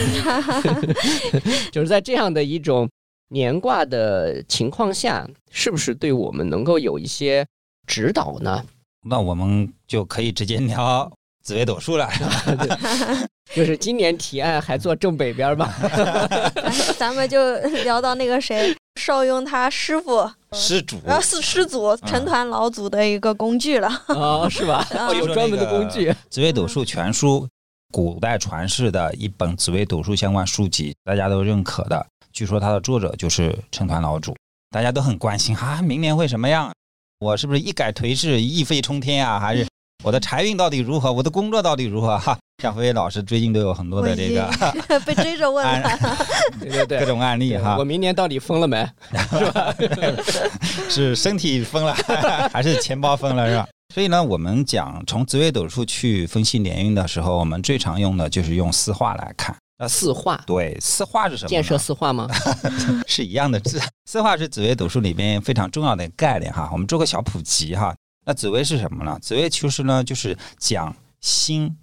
就是在这样的一种年卦的情况下，是不是对我们能够有一些指导呢？ 那我们就可以直接聊紫微斗数了。就是今年提案还坐正北边吧？ 咱们就聊到那个谁，邵雍他师傅，施主，然后啊是师啊祖成团老祖的一个工具了。啊、是 吧？啊哦，有专门的工具。紫微斗数全书，古代传世的一本紫微斗数相关书籍，大家都认可的。据说它的作者就是成团老祖，大家都很关心 啊，明年会什么样？我是不是一改颓势，一飞冲天啊？还是我的财运到底如何？我的工作到底如何？哈，像飞飞老师最近都有很多的这个 被追着问案了。对对 各对。种案例哈我，明年到底疯了没？ 是身体疯了 还是钱包疯了是吧？所以呢，我们讲从紫微斗数去分析年运的时候，我们最常用的就是用四化来看。那四化对，四化是什么呢？建设四 化吗？是一样的字。 四化是紫微斗数里边非常重要的概念哈，我们做个小普及哈。那紫微是什么呢？紫微其实呢就是讲星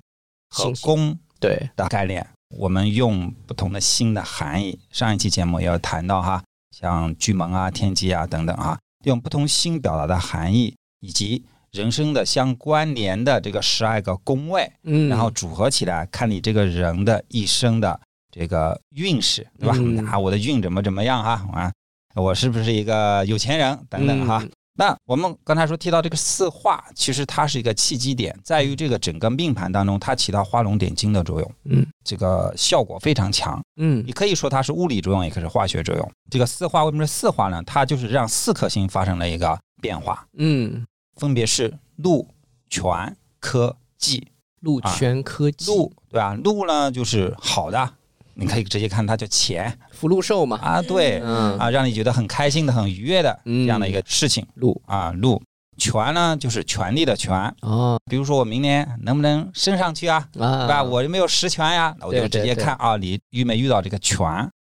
和星系宫对，的概念，我们用不同的星的含义。上一期节目也有谈到哈，像巨门啊、天机啊等等啊，用不同星表达的含义以及人生的相关联的这个十二个宫位，嗯，然后组合起来，看你这个人的一生的这个运势，对吧？嗯啊，我的运怎么怎么样哈、啊？我是不是一个有钱人等等哈、嗯那我们刚才说提到这个四化，其实它是一个契机点，在于这个整个命盘当中，它起到画龙点睛的作用，嗯这个效果非常强。嗯你可以说它是物理作用，也可以是化学作用。这个四化为什么是四化呢？它就是让四颗星发生了一个变化，嗯，分别是禄、权、科、技。鹿泉科技，禄对吧？禄呢就是好的，你可以直接看它叫钱福禄寿嘛，啊，对嗯啊，让你觉得很开心的、很愉悦的嗯这样的一个事情鹿啊。禄权呢就是权力的权，哦比如说我明年能不能升上去啊，啊，对吧？我有没有实权呀？那我就对直对接看啊，你遇没遇到这个权。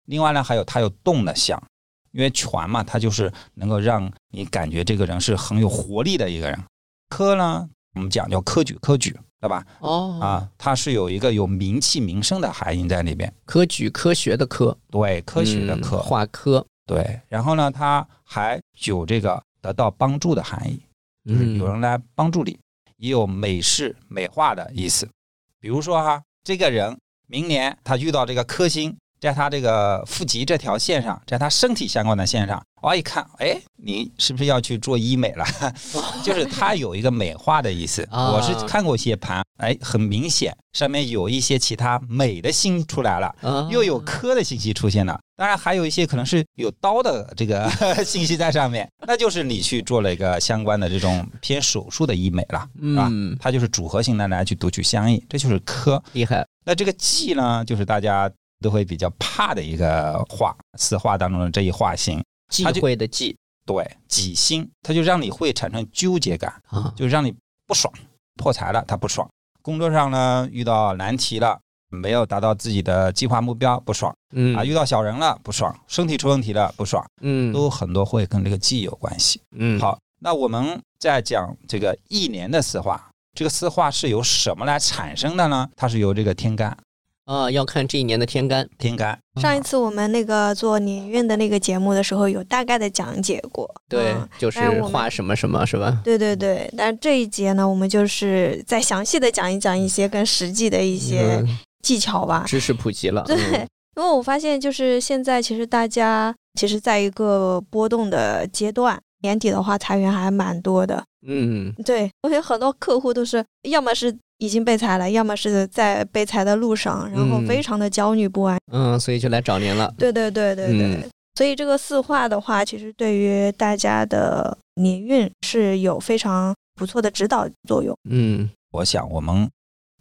另外呢，还有它有动的相，因为权嘛，它就是能够让你感觉这个人是很有活力的一个人。科呢，我们讲叫科举，科举对吧？哦，啊，它是有一个有名气名声的含义在里边。科举科学的科，对，科学的科，嗯化科，对。然后呢，它还有这个得到帮助的含义，就是嗯，有人来帮助你，也有美式美化的意思。比如说哈，这个人明年他遇到这个科星，在他这个腹肌这条线上，在他身体相关的线上，哦，一看，哎，你是不是要去做医美了？ 就是它有一个美化的意思。 啊我是看过一些盘，哎，很明显上面有一些其他美的星出来了。啊又有科的信息出现了，当然还有一些可能是有刀的这个信息在上面，那就是你去做了一个相关的这种偏手术的医美了，是吧？嗯，它就是组合性的来去读取相应，这就是科。厉害，那这个忌呢，就是大家都会比较怕的一个化，四化当中的这一化型，忌他就讳的忌对己心，它就让你会产生纠结感，啊，就让你不爽，破财了他不爽，工作上呢遇到难题了，没有达到自己的计划目标不爽。嗯啊，遇到小人了不爽，身体出问题了不爽，嗯都很多会跟这个忌有关系。嗯好，那我们再讲这个一年的四化，这个四化是由什么来产生的呢？它是由这个天干，啊，要看这一年的天干，嗯天干嗯上一次我们那个做年运的那个节目的时候，有大概的讲解过。对嗯嗯，就是哎我们画什么什么是吧？对对对，但这一节呢，我们就是再详细的讲一讲一些跟实际的一些嗯技巧吧。知识普及了， 对嗯因为我发现，就是现在其实大家其实在一个波动的阶段，年底的话裁员还蛮多的。嗯，对，我有很多客户都是要么是已经被裁了，要么是在被裁的路上，然后嗯非常的焦虑不安。嗯，所以就来找您了。对对对对对。嗯所以这个四化的话，其实对于大家的年运是有非常不错的指导作用。嗯，我想我们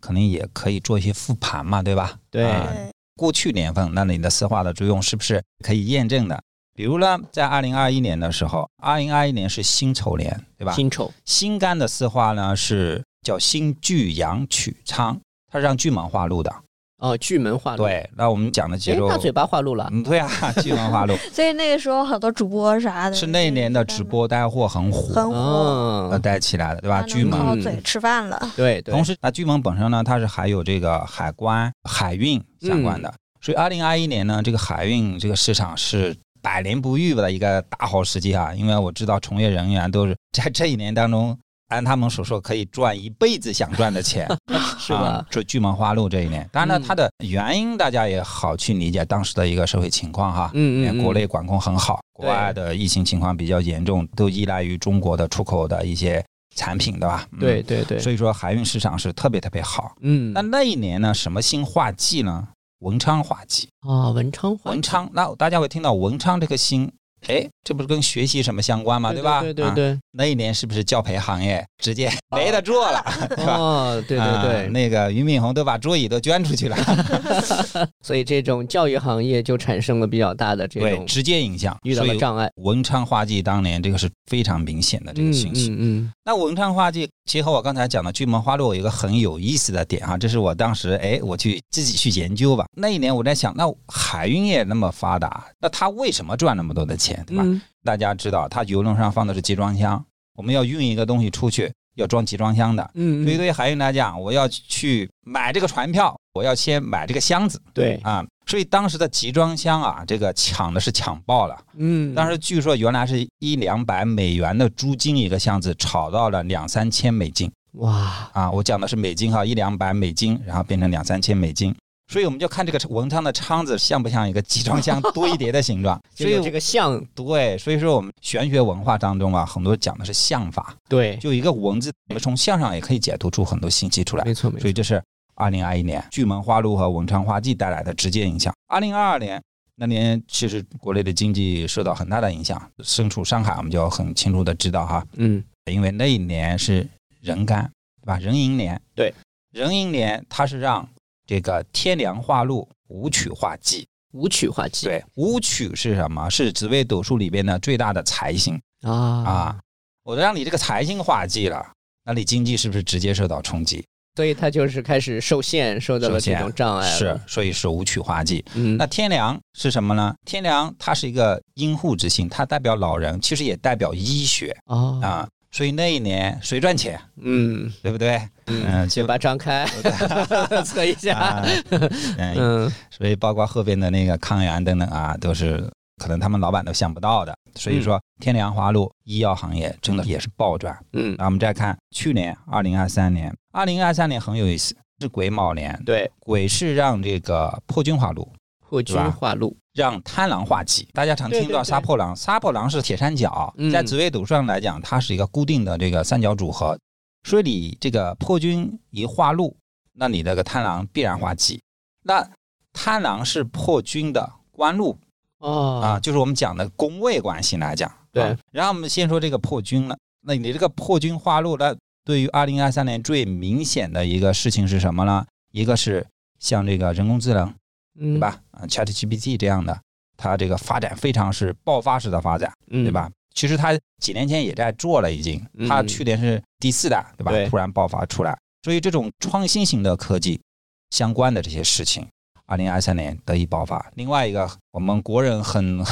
肯定也可以做一些复盘嘛，对吧？对啊对过去年份，那你的丝化的作用是不是可以验证的？比如呢，在二零二一年的时候，二零二一年是辛丑年，对吧？辛丑，新干的四化呢是叫新巨阳曲仓，它是让巨门化禄的。哦，巨门化禄，对，那我们讲的节哎，奏，大嘴巴化禄了，嗯，对 啊，巨门化禄所以那个时候好多主播啥的，是那一年的直播带货很火，很火，呃，嗯，带起来的，对吧？嗯大家巨能门，靠嘴吃饭了。对对同，时那巨门本身呢，它是还有这个海关、海运相关嗯的，所以二零二一年呢，这个海运这个市场是。百年不遇的一个大好时机啊！因为我知道从业人员都是在这一年当中，按他们所说可以赚一辈子想赚的钱， 是啊吧？就巨门花路这一年，当然嗯呢，它的原因大家也好去理解当时的一个社会情况哈。嗯嗯，因为嗯国内管控很好，国外的疫情情况比较严重，都依赖于中国的出口的一些产品，对吧？嗯对，对对，所以说海运市场是特别特别好。嗯，那那一年呢，什么新化剂呢？文昌化剂，哦，文昌化文昌，那大家会听到文昌这个新，哎，这不是跟学习什么相关吗？对吧？对对啊对，那一年是不是教培行业直接没得做了？ 对吧？哦，对对啊对，那个俞敏洪都把桌椅都捐出去了，所以这种教育行业就产生了比较大的 这对，种直接影响。遇到所了以障碍，文昌化忌当年这个是非常明显的这个嗯信息。嗯那文昌化忌结合我刚才讲的巨门花落有一个很有意思的点哈，这是我当时哎我去自己去研究吧。那一年我在想，那海运业那么发达，那他为什么赚那么多的钱，对吧？嗯，大家知道，他邮轮上放的是集装箱，我们要运一个东西出去，要装集装箱的。嗯嗯，所以对于海运来讲，我要去买这个船票，我要先买这个箱子。对，啊，所以当时的集装箱啊，这个抢的是抢爆了。嗯，当时据说原来是一两百美元的租金一个箱子，炒到了两三千美金哇，啊！我讲的是美金哈，一两百美金，然后变成两三千美金。所以我们就看这个文昌的仓子像不像一个集装箱堆叠的形 状。所就有以这个像对，所以说我们玄学文化当中啊，很多讲的是象法，对，就一个文字，我们从象上也可以解读出很多信息出来。没错没错所以，这是二零二一年巨门花露和文昌花季带来的直接影响。二零二二年那年，其实国内的经济受到很大的影响。身处上海，我们就很清楚的知道哈，嗯因为那一年是壬干，对吧？壬寅年，对，壬寅年它是让这个天梁化禄，武曲化忌。舞曲化忌对，武曲是什么？是紫微斗数里边的最大的财星啊啊！我都让你这个财星化忌了，那你经济是不是直接受到冲击？所以他就是开始受限，受到了受这限种障碍是了，，所以是武曲化忌。嗯，那天梁是什么呢？天梁它是一个阴户之星，它代表老人，其实也代表医学哦，啊。所以那一年谁赚钱，嗯对不对？嗯，嘴就巴张 开，测一啊下，， 嗯，嗯所以包括后边的那个抗原等等啊，都是可能他们老板都想不到的。所以说，天梁花露医药行业真的也是暴赚。嗯，那我们再看去年二零二三年，二零二三年很有意思，是癸卯年，对，癸是让这个破军化禄，破军是吧化禄，让贪狼化忌。大家常对听到对杀对破狼，杀破狼是铁三角，嗯在紫微斗数上来讲，它是一个固定的这个三角组合。所以你这个破军一化禄，那你这个贪狼必然化忌。那贪狼是破军的官禄哦啊，就是我们讲的宫位关系来讲。对啊然后我们先说这个破军了，那你这个破军化禄，那对于二零二三年最明显的一个事情是什么呢？一个是像这个人工智能。对对？吧？啊，ChatGPT 这样的，它这个发展非常是爆发式的发展，嗯，对？吧？其实它几年前也在做了，已经，它嗯去年是第四代，对吧？对突然爆发出来，所以这种创新型的科技相关的这些事情，二零二三年得以爆发。另外一个，我们国人很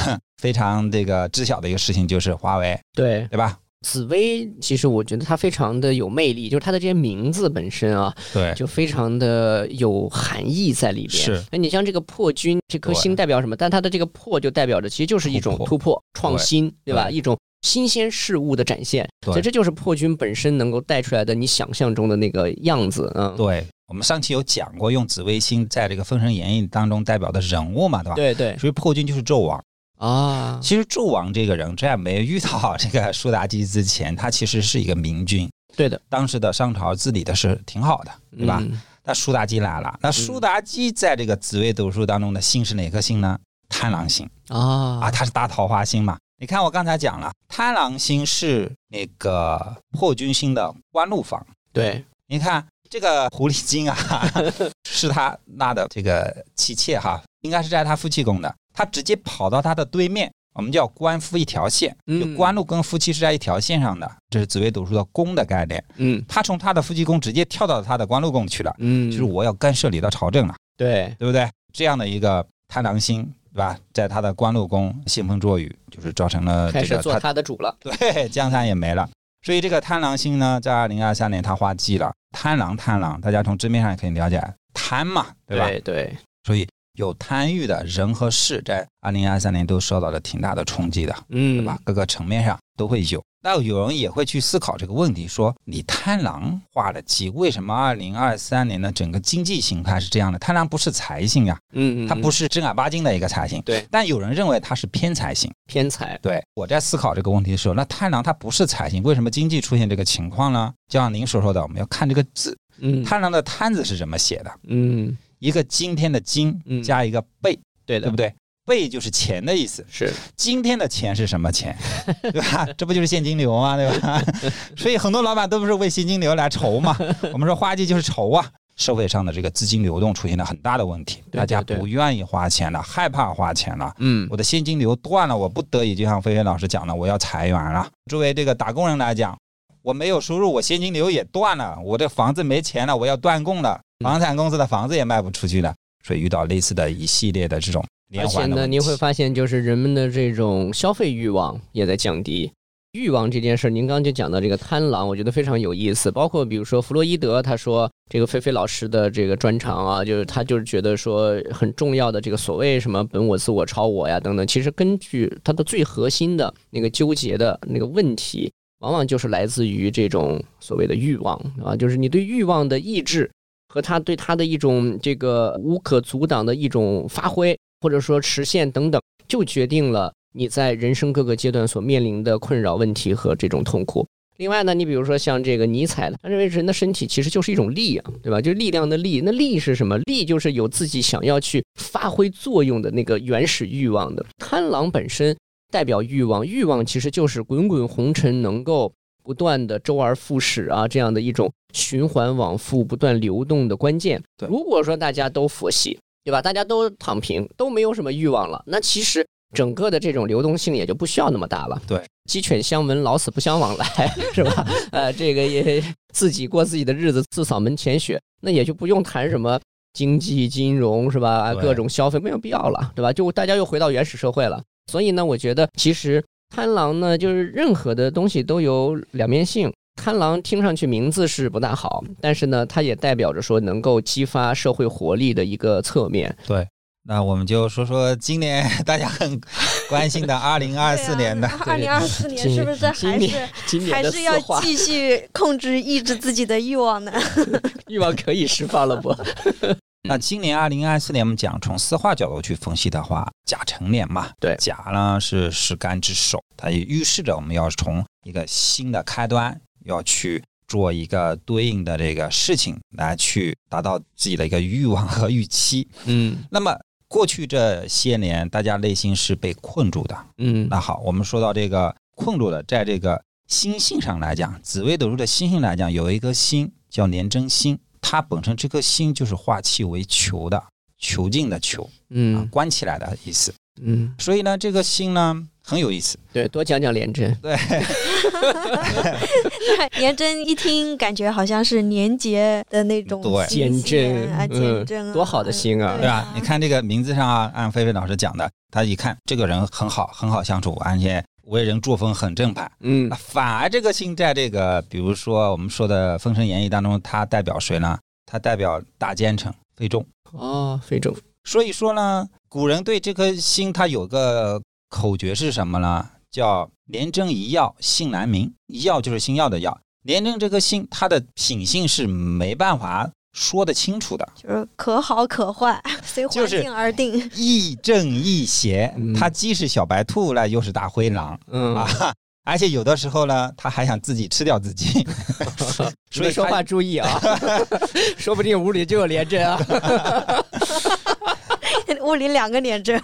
非常这个知晓的一个事情就是华为，对，对吧？紫薇其实我觉得她非常的有魅力，就是她的这些名字本身啊，对就非常的有含义在里边。是，那你像这个破军，这颗对星代表什么？但它的这个破就代表着其实就是一种突突破破、创新，对吧？对一种新鲜事物的展现。对所以这就是破军本身能够带出来的你想象中的那个样子。嗯，对，我们上期有讲过，用紫微星在这个《封神演义》当中代表的人物嘛，对吧？。对对所以破军就是纣王。啊，其实纣王这个人，在没遇到 这个苏妲己之前，他其实是一个明君，对的，当时的商朝治理的是挺好的，对吧？嗯那苏妲己来了，那苏妲己在这个紫微斗数当中的星是哪颗星呢？贪狼星啊，啊，它是大桃花星嘛。你看我刚才讲了，贪狼星是那个破军星的官禄房。对，你看这个狐狸精啊， 是他纳的这个妻妾哈，应该是在他夫妻宫的。他直接跑到他的对面，我们叫官夫一条线，嗯就官禄跟夫妻是在一条线上的，这是紫微斗数的宫的概念。嗯他从他的夫妻宫直接跳到他的官禄宫去了，嗯，就是我要干涉你的朝政了，啊对，对不对？这样的一个贪狼星，对吧？在他的官禄宫兴风作雨，就是造成了开呃这始个做他他的主了。 对，江山也没了。所以这个贪狼星呢，在二零二三年它化忌了。贪狼，贪狼，大家从字面上也可以了解，贪嘛，对吧？对对，所以有贪欲的人和事，在二零二三年都受到了挺大的冲击的，对嗯吧？各个层面上都会有。那有人也会去思考这个问题，说你贪狼化了忌，为什么二零二三年的整个经济形态是这样的？贪狼不是财星啊，嗯，它不是是正儿八经的一个财星。对但有人认为它是偏财星。偏财，对，我在思考这个问题的时候，那贪狼它不是财星，为什么经济出现这个情况呢？就像您所说的，我们要看这个字，嗯，贪狼的贪字是怎么写的？嗯，一个今天的今嗯加一个贝，对对的不，对？贝就是钱的意思，是，今天的钱是什么钱， 对吧？这不就是现金流吗？对吧？ 所以很多老板都不是为现金流来 愁嘛。我们说花季就是愁啊。社会上的这个资金流动出现了很大的问题，对大家对不愿意花钱了，害怕花钱了，嗯我的现金流断了，我不得已就像飞飞老师讲的，我要裁员了。作为这个打工人来讲，我没有收入，我现金流也断了，我这房子没钱了，我要断供了，嗯房产公司的房子也卖不出去了，所以遇到类似的一系列的这种而连且环的呢，问题。您会发现，就是人们的这种消费欲望也在降低。欲望这件事儿，您刚刚就讲到这个贪狼，我觉得非常有意思。包括比如说弗洛伊德，他说这个菲菲老师的这个专长啊，就是他就是觉得说很重要的这个所谓什么本我、自我、超我呀等等，其实根据他的最核心的那个纠结的那个问题，往往就是来自于这种所谓的欲望啊，就是你对欲望的抑制和他对他的一种这个无可阻挡的一种发挥，或者说实现等等，就决定了你在人生各个阶段所面临的困扰、问题和这种痛苦。另外呢，你比如说像这个尼采，他认为人的身体其实就是一种力啊，对吧？就是力量的力。那力是什么？力就是有自己想要去发挥作用的那个原始欲望的。贪狼本身代表欲望，欲望其实就是滚滚红尘能够不断的周而复始啊，这样的一种循环往复、不断流动的关键。对如果说大家都佛系，对吧？大家都躺平，都没有什么欲望了，那其实整个的这种流动性也就不需要那么大了。对，鸡犬相闻，老死不相往来， 是吧？呃，这个也自己过自己的日子，自扫门前雪，那也就不用谈什么经济、金融，是吧？啊对各种消费没有必要了，对吧？就大家又回到原始社会了。所以呢，我觉得其实贪狼呢，就是任何的东西都有两面性。贪狼听上去名字是不大好，嗯但是呢，它也代表着说能够激发社会活力的一个侧面。那我们就说说今年 大家很 关啊心的二零 二四年的，啊 二零二四年是不是今还是年 今年还的是要四化继续控制抑制自己的欲望呢？ 欲望可以释放了 不？那今年二零二四年，我们讲从四化角度去分析的话，甲辰年嘛，对甲呢是十干之首，它也预示着我们要从一个新的开端，要去做一个对应的这个事情，来去达到自己的一个欲望和预期。嗯那么过去这些年，大家内心是被困住的。嗯那好，我们说到这个困住了，在这个星性上来讲，紫微斗数的星性来讲，有一颗星叫廉贞星，它本身这颗星就是化气为囚的，囚禁的囚啊，嗯关起来的意思。嗯，所以呢，这个星呢很有意思，对，多讲讲廉贞。对年真一听感觉好像是年节的那种对新鲜减震啊，嗯减震啊、多好的心啊嗯对吧？你，看这个名字上啊，按菲菲老师讲的，他一看这个人很好，很好相处，而且为人作风很正派。嗯那反而这个星在这个，比如说我们说的《封神演义》当中，它代表谁呢？它代表大奸臣费仲。哦，非洲所以说呢，古人对这颗星它有个口诀是什么呢？叫“廉贞一药，性难明”。一药就是星耀的药。廉贞这颗星，它的品性是没办法说得清楚的，就是可好可坏， 随环就是境而定。 亦正亦邪嗯。它既是小白兔了，又是大灰狼嗯， 啊！而且有的时候呢，它还想自己吃掉自己。 所所以以说他话注意 啊， 说不定屋里就有廉贞啊。屋里两个年针，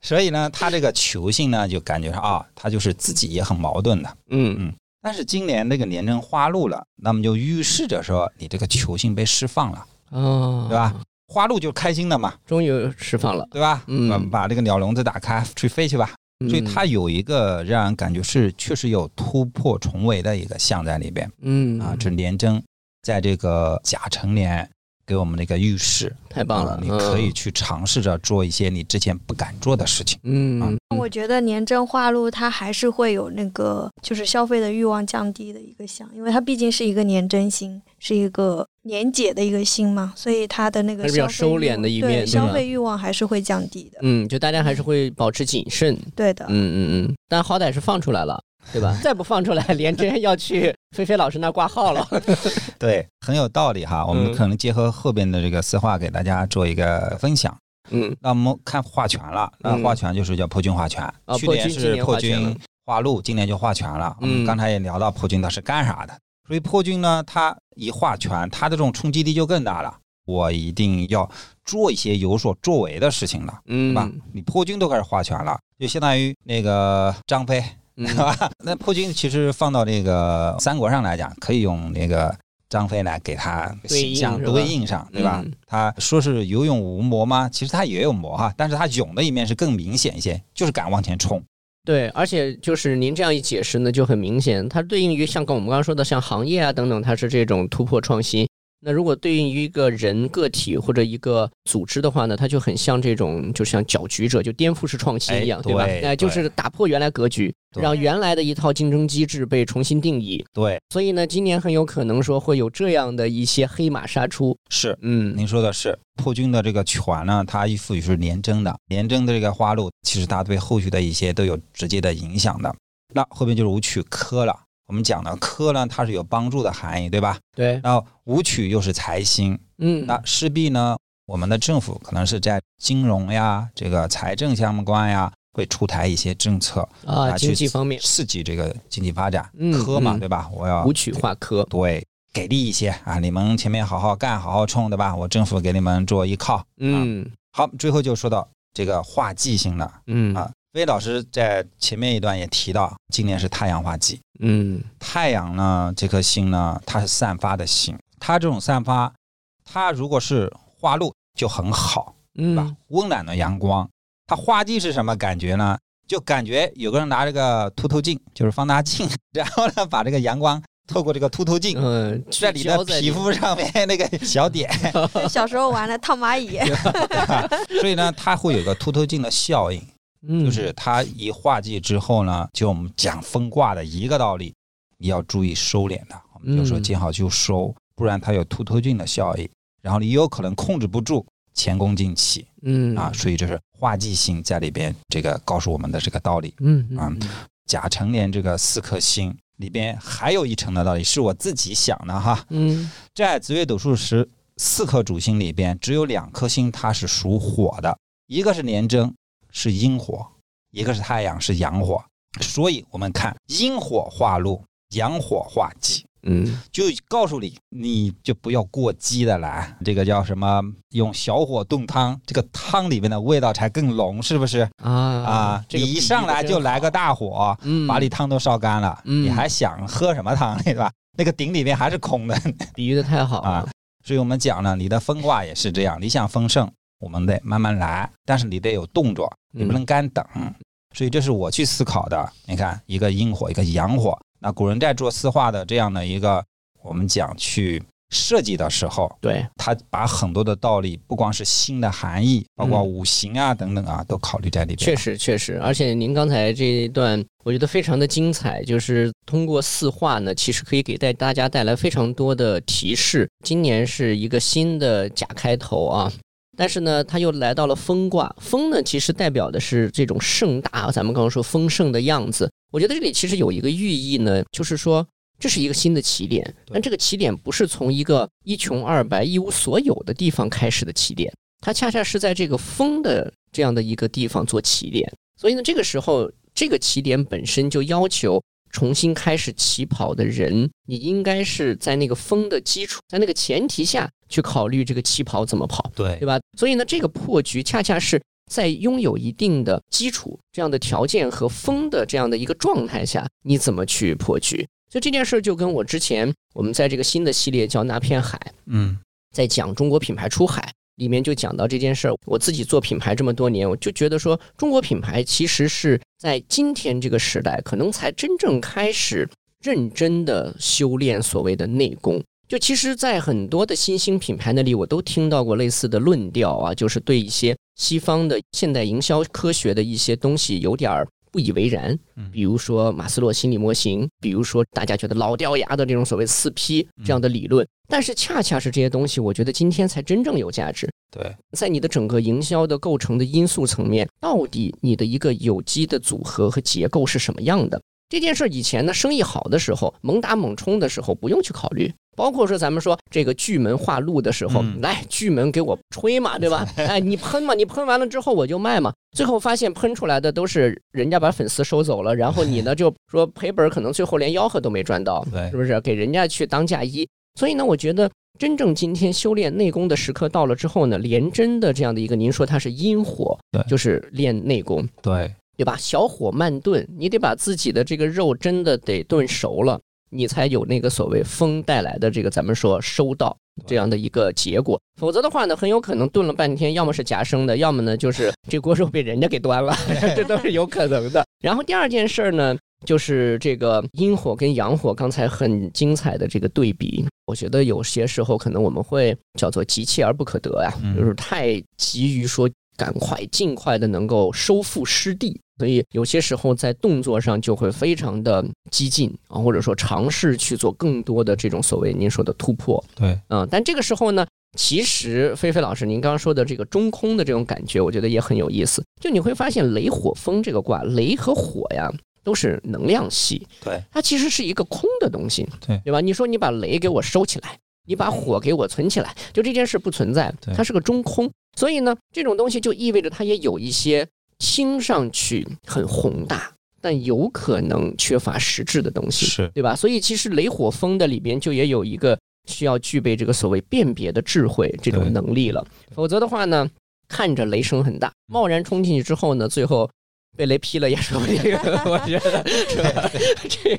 所以呢，他这个球性呢，就感觉上啊，他就是自己也很矛盾的。嗯嗯但是今年那个年征花露了，那么就预示着说你这个球星被释放了，哦，对吧？？花露就开心了嘛，终于释放了，对吧？嗯把把这个鸟笼子打开，去飞去吧。所以嗯它有一个让人感觉是确实有突破重围的一个像在里边嗯啊，这年征在这个甲辰年给我们的一个预示，太棒了啊，你可以嗯去尝试着做一些你之前不敢做的事情。啊嗯， 我觉得年征花露它还是会有那个就是消费的欲望降低的一个项，因为它毕竟是一个年真星，是一个年解的一个星嘛，所以它的那嗯个还是比较消费收敛欲望的一对面对吧消费欲望还是会降低的。嗯，就大家还是会保持谨慎，对的，嗯嗯嗯，但好歹是放出来 了，对吧？再不放出来，连真要去菲菲老师那挂号了。 对，很有道理哈。我们嗯可能结合后边的这个四化给大家做一个分享。嗯那我们看画权了，那嗯画权就是叫破军画权，啊去破年军今是年破画权了军画路，今年就画权了。我嗯们刚才也聊到破军它是干啥的，所以破军呢，它一画权，它的这种冲击力就更大了。我一定要做一些有所作为的事情了，对嗯吧？你破军都开始画权了，就相当于那个张飞，嗯是吧？那破军其实放到那个三国上来讲，可以用那个张飞来给他对形应象是吧对应上，对吧？嗯他说是有勇无谋吗？其实他也有谋哈，但是他勇的一面是更明显一些，就是敢往前冲。 对，而且就是您这样一解释呢，就很明显，它对应于像跟我们刚刚说的，像行业啊等等，它是这种突破创新。那如果对应于一个人个体或者一个组织的话呢，它就很像这种，就像搅局者，就颠覆式创新一样，哎吧？对哎，就对是打破原来格局，对让原来的一套竞争机制被重新定义。对，所以呢，今年很有可能说会有这样的一些黑马杀出。是嗯您说的是破军的这个权呢，它赋予是廉贞的，廉贞的这个花路，其实它对后续的一些都有直接的影响的。那后边就是武曲科了，我们讲的科呢，它是有帮助的含义，对吧？对，那武曲又是财星，嗯，那势必呢，我们的政府可能是在金融呀、这个财政相关呀，会出台一些政策啊，去经济方面，刺激这个经济发展。嗯科嘛，嗯对吧？我要舞曲化科，对给力一些啊！你们前面好好干，好好冲，对吧？我政府给你们做依靠。嗯好，最后就说到这个化忌星了嗯啊。魏老师在前面一段也提到，今年是太阳化忌，嗯太阳呢，这颗星呢，它是散发的星，它这种散发，它如果是化露就很好，对吧嗯？温暖的阳光，它花季是什么感觉呢？就感觉有个人拿这个凸透镜，就是放大镜， 然后呢，把这个阳光透过这个凸透镜，嗯，在你的皮肤上面那个 小点， 嗯对 小时候玩的烫蚂蚁，所以呢，它会有个凸透镜的效应。就就是它一化忌之后呢，就我们讲风卦的一个道理，你要注意收敛的。我们就说嗯见好就收，不然它有突突进的效应，然后你有可能控制不住前功尽弃嗯啊。所以就是化忌星在里边，这个告诉我们的这个道理。嗯啊嗯甲辰年这个四颗星里边还有一层的道理，是我自己想的哈。嗯在紫微斗数十四颗主星里边，只有两颗星它是属火的，一个是廉贞是阴火，一个是太阳是阳火。所以我们看阴火化禄，阳火化忌，嗯就告诉你，你就不要过激的来，这个叫什么？用小火炖汤，这个汤里面的味道才更浓，是不是？啊啊，这你个一上来就来个大火，比喻得真好，嗯，把你汤都烧干了，嗯你还想喝什么汤，对吧？那个鼎里面还是空 的，比喻的太好啊了，所以我们讲呢，你的风卦也是这样，你想丰盛，我们得慢慢来，但是你得有动作，你嗯不能干等。所以这是我去思考的。你看，一个阴火，一个阳火。那古人在做四化的这样的一个，我们讲去设计的时候，对，他把很多的道理，不光是新的含义，包括嗯五行啊等等啊，都考虑在里边。确，实确实，而且您刚才这一段，我觉得非常的精彩，就是通过四化呢，其实可以给带大家带来非常多的提示。今年是一个新的甲开头啊。但是呢，它又来到了风卦。风呢，其实代表的是这种盛大，啊咱们刚刚说丰盛的样子。我觉得这里其实有一个寓意呢，就是说这是一个新的起点，对但这个起点不是从一个一穷二白、一无所有的地方开始的起点，它恰恰是在这个风的这样的一个地方做起点。所以呢，这个时候这个起点本身就要求重新开始起跑的人，你应该是在那个风的基础，在那个前提下去考虑这个起跑怎么跑。对对吧？所以呢，这个破局恰恰是在拥有一定的基础这样的条件和风的这样的一个状态下，你怎么去破局？所以这件事儿就跟我之前我们在这个新的系列叫《那片海》，嗯在讲中国品牌出海，里面就讲到这件事儿。我自己做品牌这么多年，我就觉得说，中国品牌其实是在今天这个时代，可能才真正开始认真的修炼所谓的内功。就其实，在很多的新兴品牌那里，我都听到过类似的论调啊，就是对一些西方的现代营销科学的一些东西有点儿不以为然。比如说马斯洛心理模型，比如说大家觉得老掉牙的这种所谓四 P 这样的理论，但是恰恰是这些东西，我觉得今天才真正有价值。对，在你的整个营销的构成的因素层面，到底你的一个有机的组合和结构是什么样的？这件事儿以前呢，生意好的时候，猛打猛冲的时候，不用去考虑。包括说咱们说这个巨门画路的时候，嗯来巨门给我吹嘛， 对吧？哎，你喷嘛，你喷完了之后我就卖嘛。最后发现喷出来的都是人家把粉丝收走了，然后你呢就说赔本，可能最后连吆喝都没赚到，对是不是？给人家去当嫁衣。所以呢，我觉得真正今天修炼内功的时刻到了之后呢，连真的这样的一个，您说它是阴火对，就是练内功。对，对吧？小火慢炖，你得把自己的这个肉真的得炖熟了，你才有那个所谓风带来的这个咱们说收到这样的一个结果。否则的话呢，很有可能炖了半天，要么是夹生的，要么呢就是这锅肉被人家给端了， 这都是有可能的。然后第二件事儿呢，就是这个阴火跟阳火刚才很精彩的这个对比，我觉得有些时候可能我们会叫做急切而不可得呀、嗯就是太急于说赶快、尽快的能够收复失地，所以有些时候在动作上就会非常的激进啊，或者说尝试去做更多的这种所谓您说的突破。对，嗯，但这个时候呢，其实菲菲老师您刚刚说的这个中空的这种感觉，我觉得也很有意思。就你会发现雷火风这个卦，雷和火呀都是能量系，对，它其实是一个空的东西，对对吧？你说你把雷给我收起来，你把火给我存起来，就这件事不存在嗯对，它是个中空。所以呢，这种东西就意味着它也有一些听上去很宏大，但有可能缺乏实质的东西。是，对吧？所以其实雷火风的里边就也有一个需要具备这个所谓辨别的智慧这种能力了，否则的话呢，看着雷声很嗯大，贸然冲进去之后呢，最后。被雷劈了也说不定， 我觉得是吧？ 这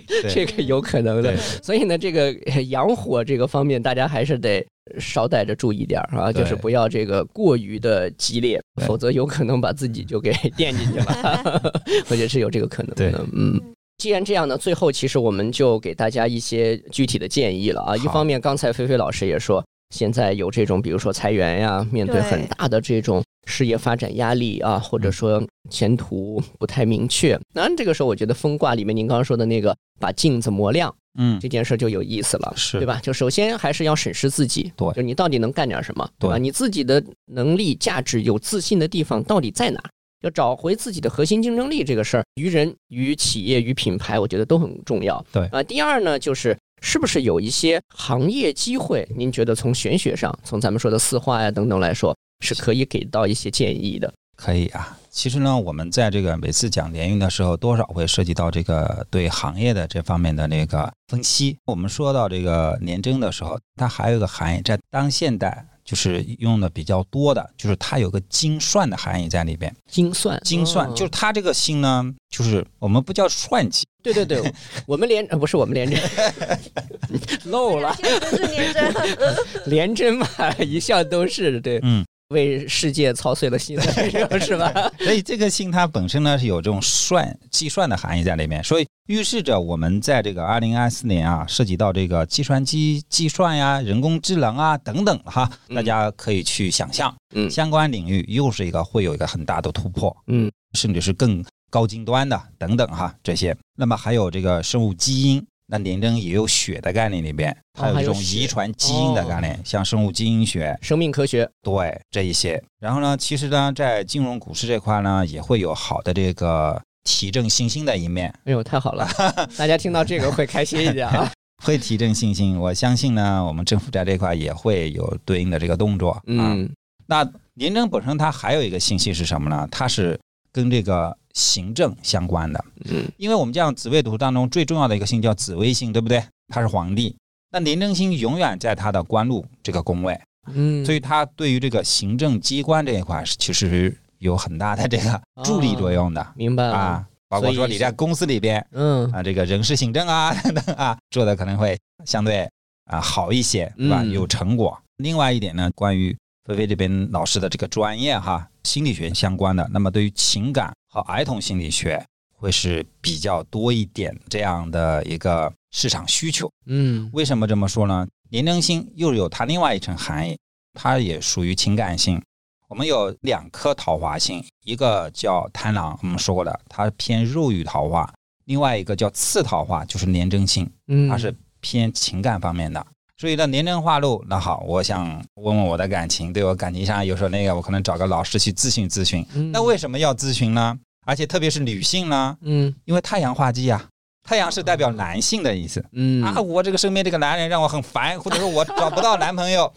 这对个有可能的对。所以呢，这个呃阳火这个方面，大家还是得捎带着注意点儿啊，就是对不要这个过于的激烈，对否则有可能把自己就给 电进去了。我觉得是有这个可能对的。嗯，既然这样呢，最后其实我们就给大家一些具体的建议了啊。一好方面，刚才菲菲老师也说，现在有这种比如说裁员呀，面对很对大的这种事业发展压力啊，或者说前途不太明确，那这个时候我觉得风卦里面您刚刚说的那个把镜子磨亮嗯这，件事就有意思了。是对？吧？就首先还是要审视自己，对就你到底能干点什么，对吧？对你自己的能力、价值、有自信的地方到底在哪？要找回自己的核心竞争力这个事儿，于人、于企业、于品牌，我觉得都很重要。对啊、第二呢，就是是不是有一些行业机会，您觉得从玄学上，从咱们说的四化呀等等来说，是可以给到一些建议的。可以啊。其实呢，我们在这个每次讲联运的时候，多少会涉及到这个对行业的这方面的那个分析。我们说到这个年征的时候，它还有一个含义，在当现代就是用的比较多的，就是它有个精算的含义在里边。精算，精算、哦就是它这个星呢，就是我们不叫算计，对对对，我们连呃不是我们连 针漏了，就是 年 真，啊连针嘛，一向都是对，嗯，为世界操碎了心的这 种是吧？所以这个星它本身呢是有这种算计算的含义在里面，所以预示着我们在这个二零二四年啊，涉及到这个计算机计算呀、人工智能啊等等哈，嗯大家可以去想象，嗯相关领域又是一个会有一个很大的突破，嗯，甚至是更高精端的等等哈这些。那么还有这个生物基因，那年征也有血的概念里边，哦还有还这有种血哦遗传基因的概念，像生物基因学，生命科学，对这一些。然后呢，其实呢，在金融股市这块呢，也会有好的这个提振信心的一面，哎呦，太好 了，大家听到这个会开心一点啊。会提振信心。我相信呢，我们政府在这块也会有对应的这个动作。啊，嗯，那廉政本身它还有一个信息是什么呢？它是跟这个行政相关的。嗯，因为我们讲紫微斗数当中最重要的一个星叫紫微星，对不对？它是皇帝。那廉政星永远在它的官禄这个宫位，嗯，所以它对于这个行哦政机关这一块是其实有很大的这个助力作用的、明白了。啊。包括所说以你是在公司里边嗯啊，这个人事行政啊 等等啊，做的可能会相对啊好一些，对吧？嗯有成果。另外一点呢，关于菲菲这边老师的这个专业哈，心理学相关的，那么对于情感和儿童心理学会是比较多一点这样的一个市场需求。嗯为什么这么说呢？年龄性又有它另外一层含义，它也属于情感性。我们有两颗桃花星，一个叫贪狼，我们说过的，它偏肉欲桃花；另外一个叫次桃花，就是廉贞星，嗯，它啊是偏情感方面的。所以呢，廉贞化禄，那好，我想问问我的感情，对我感情上有时候那个，我可能找个老师去咨询咨询。嗯那为什么要咨询呢？而且特别是女性呢，嗯因为太阳化忌啊，太阳是代表男性的意思。嗯啊，我这个身边这个男人让我很烦， 或者说我找不到男朋友，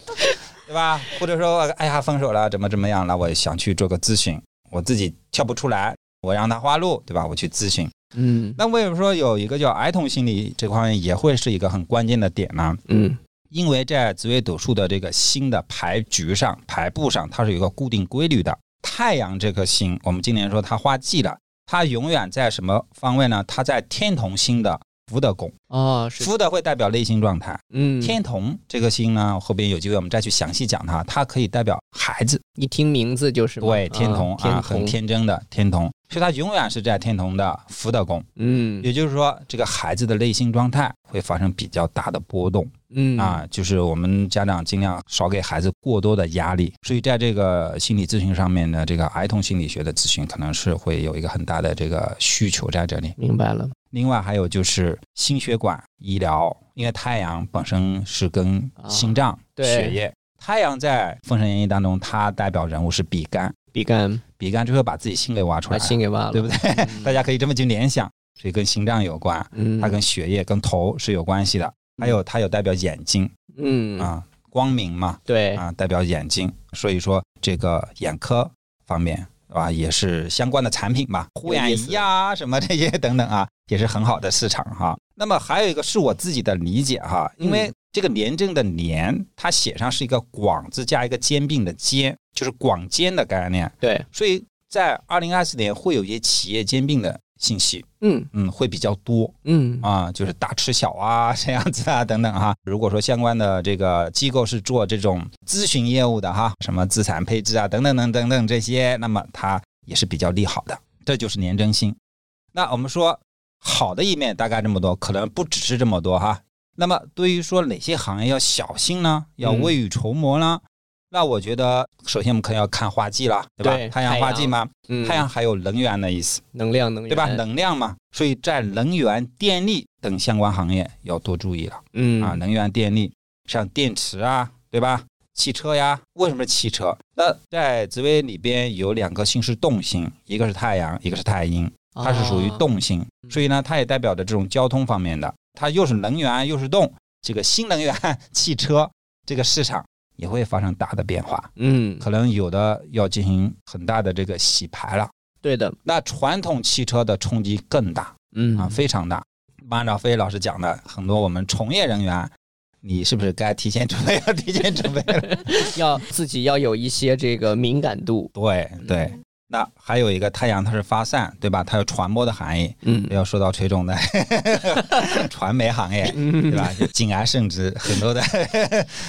对吧？或者说，哎呀，分手了，怎么怎么样了？我想去做个咨询，我自己跳不出来，我让他花路，对吧？我去咨询。嗯那为什么说有一个叫儿童心理这方面也会是一个很关键的点呢？嗯因为在紫微斗数的这个星的牌局上、排布上，它是有一个固定规律的。太阳这颗星，我们今年说它化忌了，它永远在什么方位呢？它在天同星的福德宫，哦是福德会代表内心状态。嗯天同这个星呢，后边有机会我们再去详细讲它，它可以代表孩子，一听名字就是嘛对，天童天啊，很童天真的天童，所以它永远是在天童的福德宫，嗯也就是说，这个孩子的内心状态会发生比较大的波动嗯啊，就是我们家长尽量少给孩子过多的压力，所以在这个心理咨询上面呢，这个儿童心理学的咨询可能是会有一个很大的这个需求在这里。明白了另外还有就是心血管医疗，因为太阳本身是跟心脏、啊对血液，太阳在《封神演义》当中，它代表人物是比干，比干比干最后把自己心给挖出把来，心给挖了对不对？大家可以这么去联想，所以跟心脏有关，嗯它跟血液、跟头是有关系的。还有它有代表眼睛嗯啊，光明嘛对啊，代表眼睛，所以说这个眼科方面。啊，也是相关的产品吧，护眼有意思仪啊，什么这些等等啊，也是很好的市场哈。那么还有一个是我自己的理解哈，因为嗯这个廉政的廉，它写上是一个广字加一个兼并的兼，就是广兼的概念，对所以在二零二四年会有一些企业兼并的信息，嗯嗯，会比较多。嗯啊，就是大吃小啊这样子啊等等哈。如果说相关的这个机构是做这种咨询业务的哈，什么资产配置啊等等等等等这些，那么它也是比较利好的。这就是年征性。那我们说好的一面大概这么多，可能不只是这么多哈。那么对于说哪些行业要小心呢？要嗯未雨绸缪呢？那我觉得，首先我们可能要看化忌了，对吧？对太阳太化阳忌嘛，嗯太阳还有能源的意思。能量能源对吧？能量嘛，所以在能源、电力等相关行业要多注意了嗯啊。能源、电力，像电池啊，对吧？汽车呀，为什么是汽车？那在紫微里边有两个星是动星，一个是太阳，一个是太阴，它是属于啊动星，所以呢，它也代表着这种交通方面的，它又是能源又是动，这个新能源 汽车这个市场也会发生大的变化，嗯可能有的要进行很大的这个洗牌了。对的那传统汽车的冲击更大，嗯啊，非常大。按照飞老师讲的，很多我们从业人员，你是不是该提前准备了？ 提前准备 了。要自己要有一些这个敏感度对嗯对。那还有一个太阳，它是发散，对吧？它有传播的含义。嗯要说到崔 总的传媒行业，嗯对吧？就敬而慎之，很多的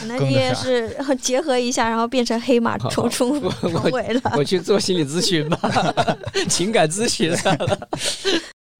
可能更你也啥是结合一下，然后变成黑马好重重哦我重我围了。我去做心理咨询吧 情感咨询算了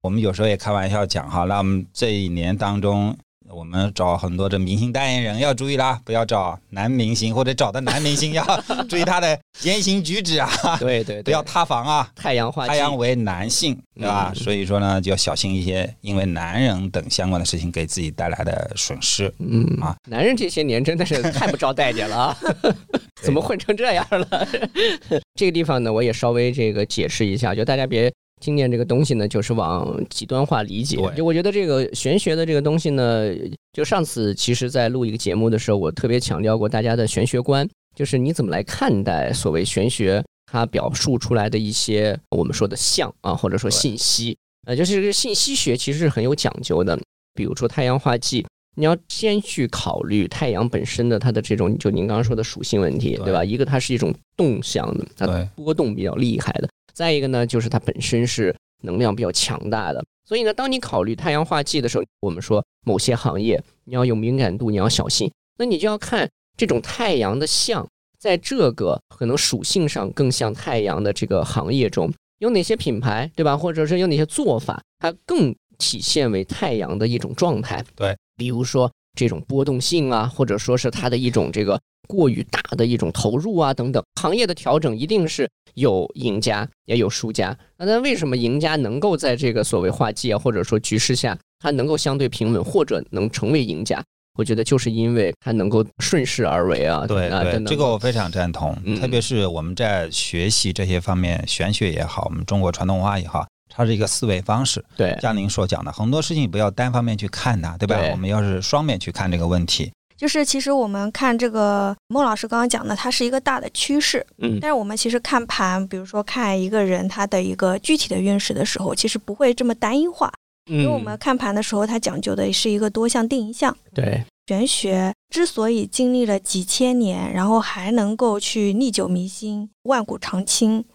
我们有时候也开玩笑讲哈，那我们这一年当中，我们找很多的明星代言人要注意啦，不要找男明星或者找的男明星 要注意他的言行举止啊，对对对不要塌房啊。太阳化太忌阳为男性，对吧？嗯所以说呢，就要小心一些，因为男人等相关的事情给自己带来的损失。嗯啊，男人这些年真的是太不招待见了啊， 怎么混成这样了？ 这个地方呢，我也稍微这个解释一下，就大家别。听见这个东西呢，就是往极端化理解。对就我觉得这个玄学的这个东西呢，就上次其实，在录一个节目的时候，我特别强调过大家的玄学观，就是你怎么来看待所谓玄学它表述出来的一些我们说的像啊，或者说对信息，呃，就是这个信息学其实是很有讲究的。比如说太阳化忌，你要先去考虑太阳本身的它的这种，就您刚刚说的属性问题，对对吧？一个它是一种动向的，它对波动比较厉害的；再一个呢，就是它本身是能量比较强大的。所以呢，当你考虑太阳化忌的时候，我们说某些行业你要有敏感度，你要小心。那你就要看这种太阳的像，在这个可能属性上更像太阳的这个行业中，有哪些品牌，对吧？或者是有哪些做法，它更体现为太阳的一种状态。对，比如说这种波动性啊，或者说是它的一种这个过于大的一种投入啊等等，行业的调整一定是有赢家也有输家。那那为什么赢家能够在这个所谓化界啊，或者说局势下，它能够相对平稳，或者能成为赢家？我觉得就是因为它能够顺势而为啊，对啊，对真，的这个我非常赞同。嗯特别是我们在学习这些方面，玄学也好，我们中国传统文化也好，它是一个思维方式。对像您所讲的，很多事情不要单方面去看它，对吧？对我们要是双面去看这个问题，就是其实我们看这个孟老师刚刚讲的，它是一个大的趋势，嗯但是我们其实看盘，比如说看一个人他的一个具体的运势的时候，其实不会这么单一化，因为我们嗯看盘的时候，它讲究的是一个多项定一项。对玄学之所以经历了几千年，然后还能够去历久弥新、万古长青，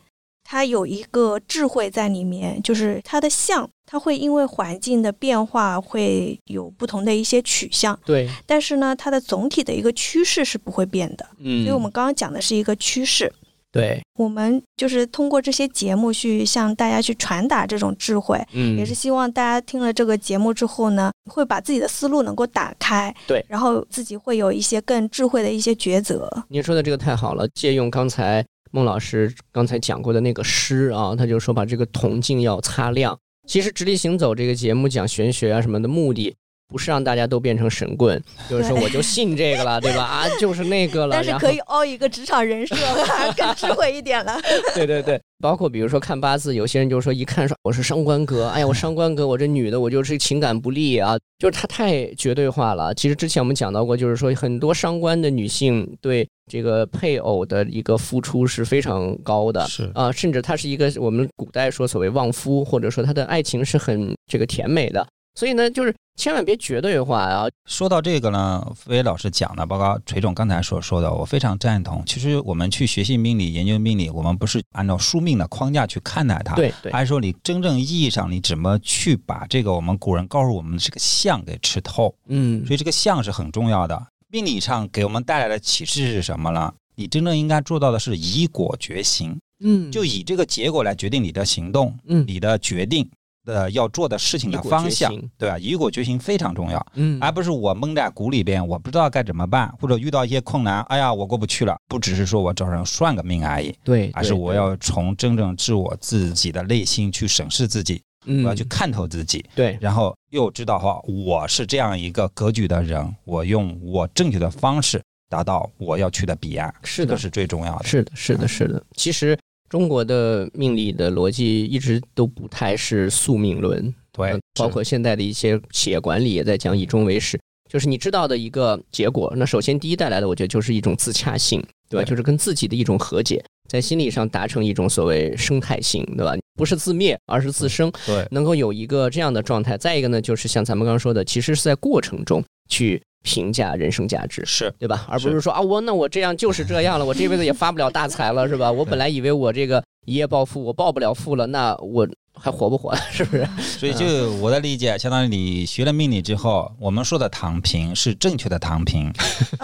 它有一个智慧在里面，就是它的象，它会因为环境的变化会有不同的一些取向，对，但是呢，它的总体的一个趋势是不会变的。嗯，所以我们刚刚讲的是一个趋势。对，我们就是通过这些节目去向大家去传达这种智慧，嗯，也是希望大家听了这个节目之后呢，会把自己的思路能够打开，对然后自己会有一些更智慧的一些抉择。您说的这个太好了，借用刚才孟老师刚才讲过的那个诗啊，他就说把这个铜镜要擦亮。其实《直立行走》这个节目讲玄学啊什么的目的。不是让大家都变成神棍，就是说对我就信这个了，对吧？啊，就是那个了， 但是然后可以凹一个职场人设， 更智慧一点了。 对对对，包括比如说看八字，有些人就说一看说我是伤官格，哎呀，我伤官格，我这女的我就是情感不利啊，就是她太绝对化了。其实之前我们讲到过，就是说很多伤官的女性对这个配偶的一个付出是非常高的。是啊，甚至她是一个我们古代说所谓旺夫，或者说她的爱情是很这个甜美的，所以呢，就是千万别绝对化啊，说到这个呢，魏老师讲的，包括锤总刚才所说的，我非常赞同。其实我们去学习命理、研究命理，我们不是按照书命的框架去看待它，，对对，而是说你真正意义上你怎么去把这个我们古人告诉我们的这个象给吃透。嗯所以这个象是很重要的。命理上给我们带来的启示是什么呢？你真正应该做到的是以果决行，嗯就以这个结果来决定你的行动、嗯你的决定的呃要做的事情的方向以果决行，对吧？啊以果决行非常重要。嗯而不是我蒙在鼓里边，我不知道该怎么办，或者遇到一些困难，哎呀，我过不去了。不只是说我找人算个命而已，对，而是对我对要从真正自我自己的内心去审视自己，嗯我要去看透自己，对然后又知道哈，我是这样一个格局的人，我用我正确的方式达到我要去的彼岸，是这个的是最重要的。是的，嗯是的，是的。其实中国的命理的逻辑一直都不太是宿命论，对嗯，包是括现在的一些企业管理也在讲以终为始，就是你知道的一个结果。那首先第一带来的，我觉得就是一种自洽性，对吧？对就是跟自己的一种和解，在心理上达成一种所谓生态性，对吧？不是自灭，而是自生。对能够有一个这样的状态。再一个呢，就是像咱们刚刚说的，其实是在过程中去评价人生价值。是对吧？而不是说啊，我那我这样就是这样了，我这辈子也发不了大财了，是吧？我本来以为我这个一夜暴富，我暴不了富了，那我还活不活了？是不 是？所以，嗯就我的理解，相当于你学了命理之后，我们说的躺平是正确的 躺平。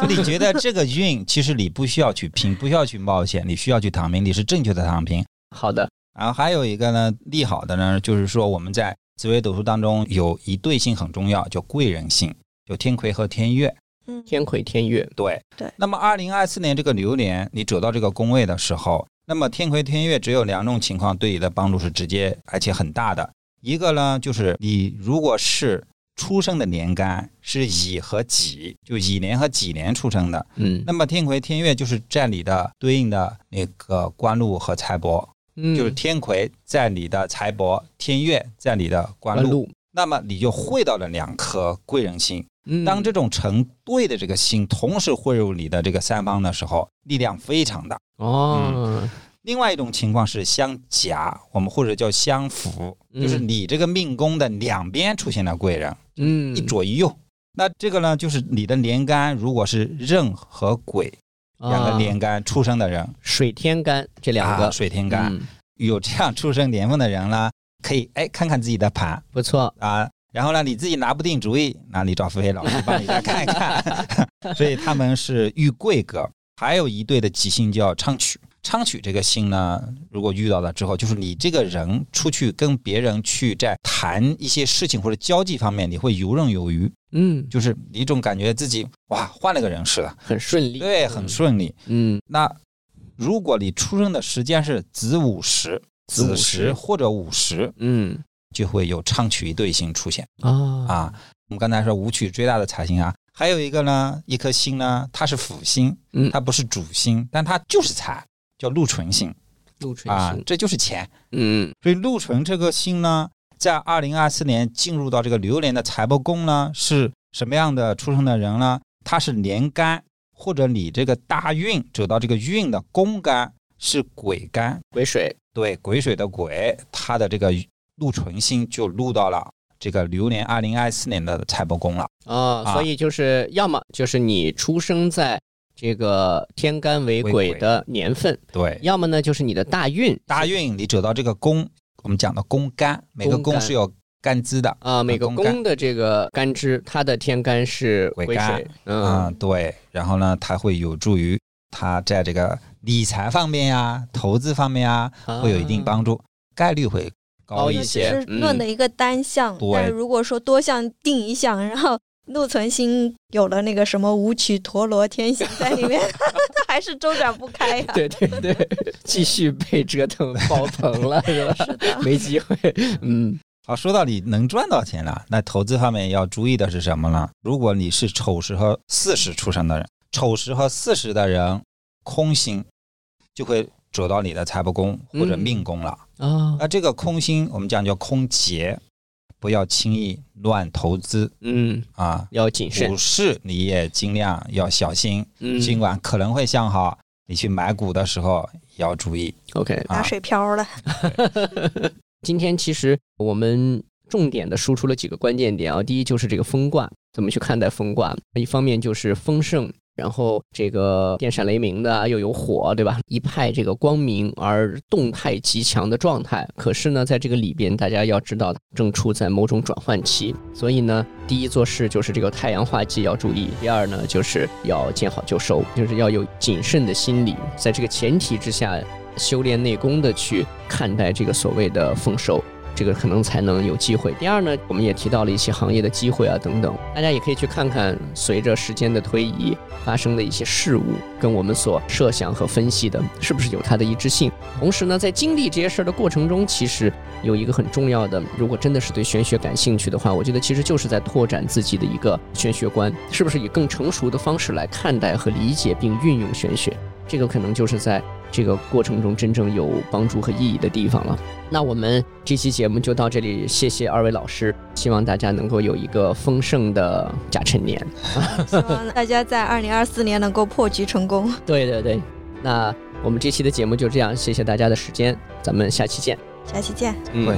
就你觉得这个运，其实你不需要去拼，不需要去冒险，你需要去躺平，你是正确的躺平。好的，然后还有一个呢，利好的呢，就是说我们在紫微斗数当中有一对性很重要，叫贵人性，有天魁和天月。嗯，天魁天月，对对那么二零二四年这个流年，你走到这个宫位的时候，那么天魁天月只有两种情况对你的帮助是直接而且很大的。一个呢，就是你如果是出生的年干是乙和己，就乙年和己年出生的，嗯那么天魁天月就是在你的对应的那个官禄和财帛，嗯就是天魁在你的财帛，天月在你的官禄，路，那么你就会到了两颗贵人星。嗯当这种成对的这个星同时汇入你的这个三方的时候，力量非常大。哦，另外一种情况是相夹，我们或者叫相符，嗯就是你这个命宫的两边出现了贵人，嗯，一左一右。那这个呢，就是你的连干，如果是壬和癸两个啊连干出生的人，水天干这两啊个水天干、嗯有这样出生年份的人呢，可以哎看看自己的盘不错，啊。然后呢，你自己拿不定主意，那你找飞飞老师 帮你来看一看。 所以他们是遇贵格，还有一对的吉星叫昌曲。昌曲这个星呢，如果遇到了之后，就是你这个人出去跟别人去在谈一些事情或者交际方面，你会游刃有余，嗯，就是你一种感觉自己哇换了个人似的，很顺利，对，很顺利。嗯，那如果你出生的时间是子午时、子午子时时或者午时，嗯就会有昌曲一对星出现嗯啊啊。我们刚才说武曲最大的财星啊，还有一个呢，一颗星呢，它是辅星，嗯它不是主星，但它就是财，叫禄存星陆垂啊星，，这就是钱。嗯所以禄存这个星呢，在二零二四年进入到这个流年的财帛宫呢，是什么样的出生的人呢？它是年干，或者你这个大运走到这个运的宫干是癸干，癸水，对癸水的癸，它的这个禄存星就入到了这个流年二零二四年的财帛宫了。啊，啊所以就是要么就是你出生在这个天干为为癸癸的年份，对，要么呢就是你的大运大运你走到这个宫，我们讲的宫干，每个宫宫干是有干支的。啊，每个宫干宫的这个干支，它的天干是癸癸水干，嗯嗯，对。然后呢，它会有助于他在这个理财方面呀、投资方面呀，啊会有一定帮助，哦概率会高高一些一些。嗯只是论的一个单项，对但如果说多项定一项，然后陆存星有了那个什么舞曲陀螺天行在里面， 它还是周转不开呀、对对 对，继续被折腾爆棚了，是吧？没机会， 嗯好，说到你能赚到钱了，那投资方面要注意的是什么呢？如果你是丑时和巳时出生的人，丑时和巳时的人，空星就会走到你的财帛宫或者嗯命宫了。啊，那这个空心，我们讲叫空劫，不要轻易乱投资嗯，啊。要谨慎股，市你也尽量要小心，嗯尽管可能会向好，你去买股的时候也要注意。 ，OK，打啊水漂了， 今天其实我们重点的输出了几个关键点啊，第一就是这个风卦怎么去看待风卦，一方面就是丰盛。然后这个电闪雷鸣的啊又有火，对吧？一派这个光明而动态极强的状态。可是呢，在这个里边，大家要知道正处在某种转换期。所以呢，第一做事就是这个太阳化忌要注意；第二呢，就是要见好就收，就是要有谨慎的心理。在这个前提之下，修炼内功的去看待这个所谓的丰收。这个可能才能有机会。第二呢，我们也提到了一些行业的机会啊等等，大家也可以去看看随着时间的推移发生的一些事物，跟我们所设想和分析的是不是有它的一致性。同时呢，在经历这些事儿的过程中，其实有一个很重要的，如果真的是对玄学感兴趣的话，我觉得其实就是在拓展自己的一个玄学观，是不是以更成熟的方式来看待和理解并运用玄学，这个可能就是在这个过程中真正有帮助和意义的地方了。那我们这期节目就到这里，谢谢二位老师，希望大家能够有一个丰盛的甲辰年。希望大家在二零二四年能够破局成功。对对对，那我们这期的节目就这样，谢谢大家的时间，咱们下期见。下期见。嗯会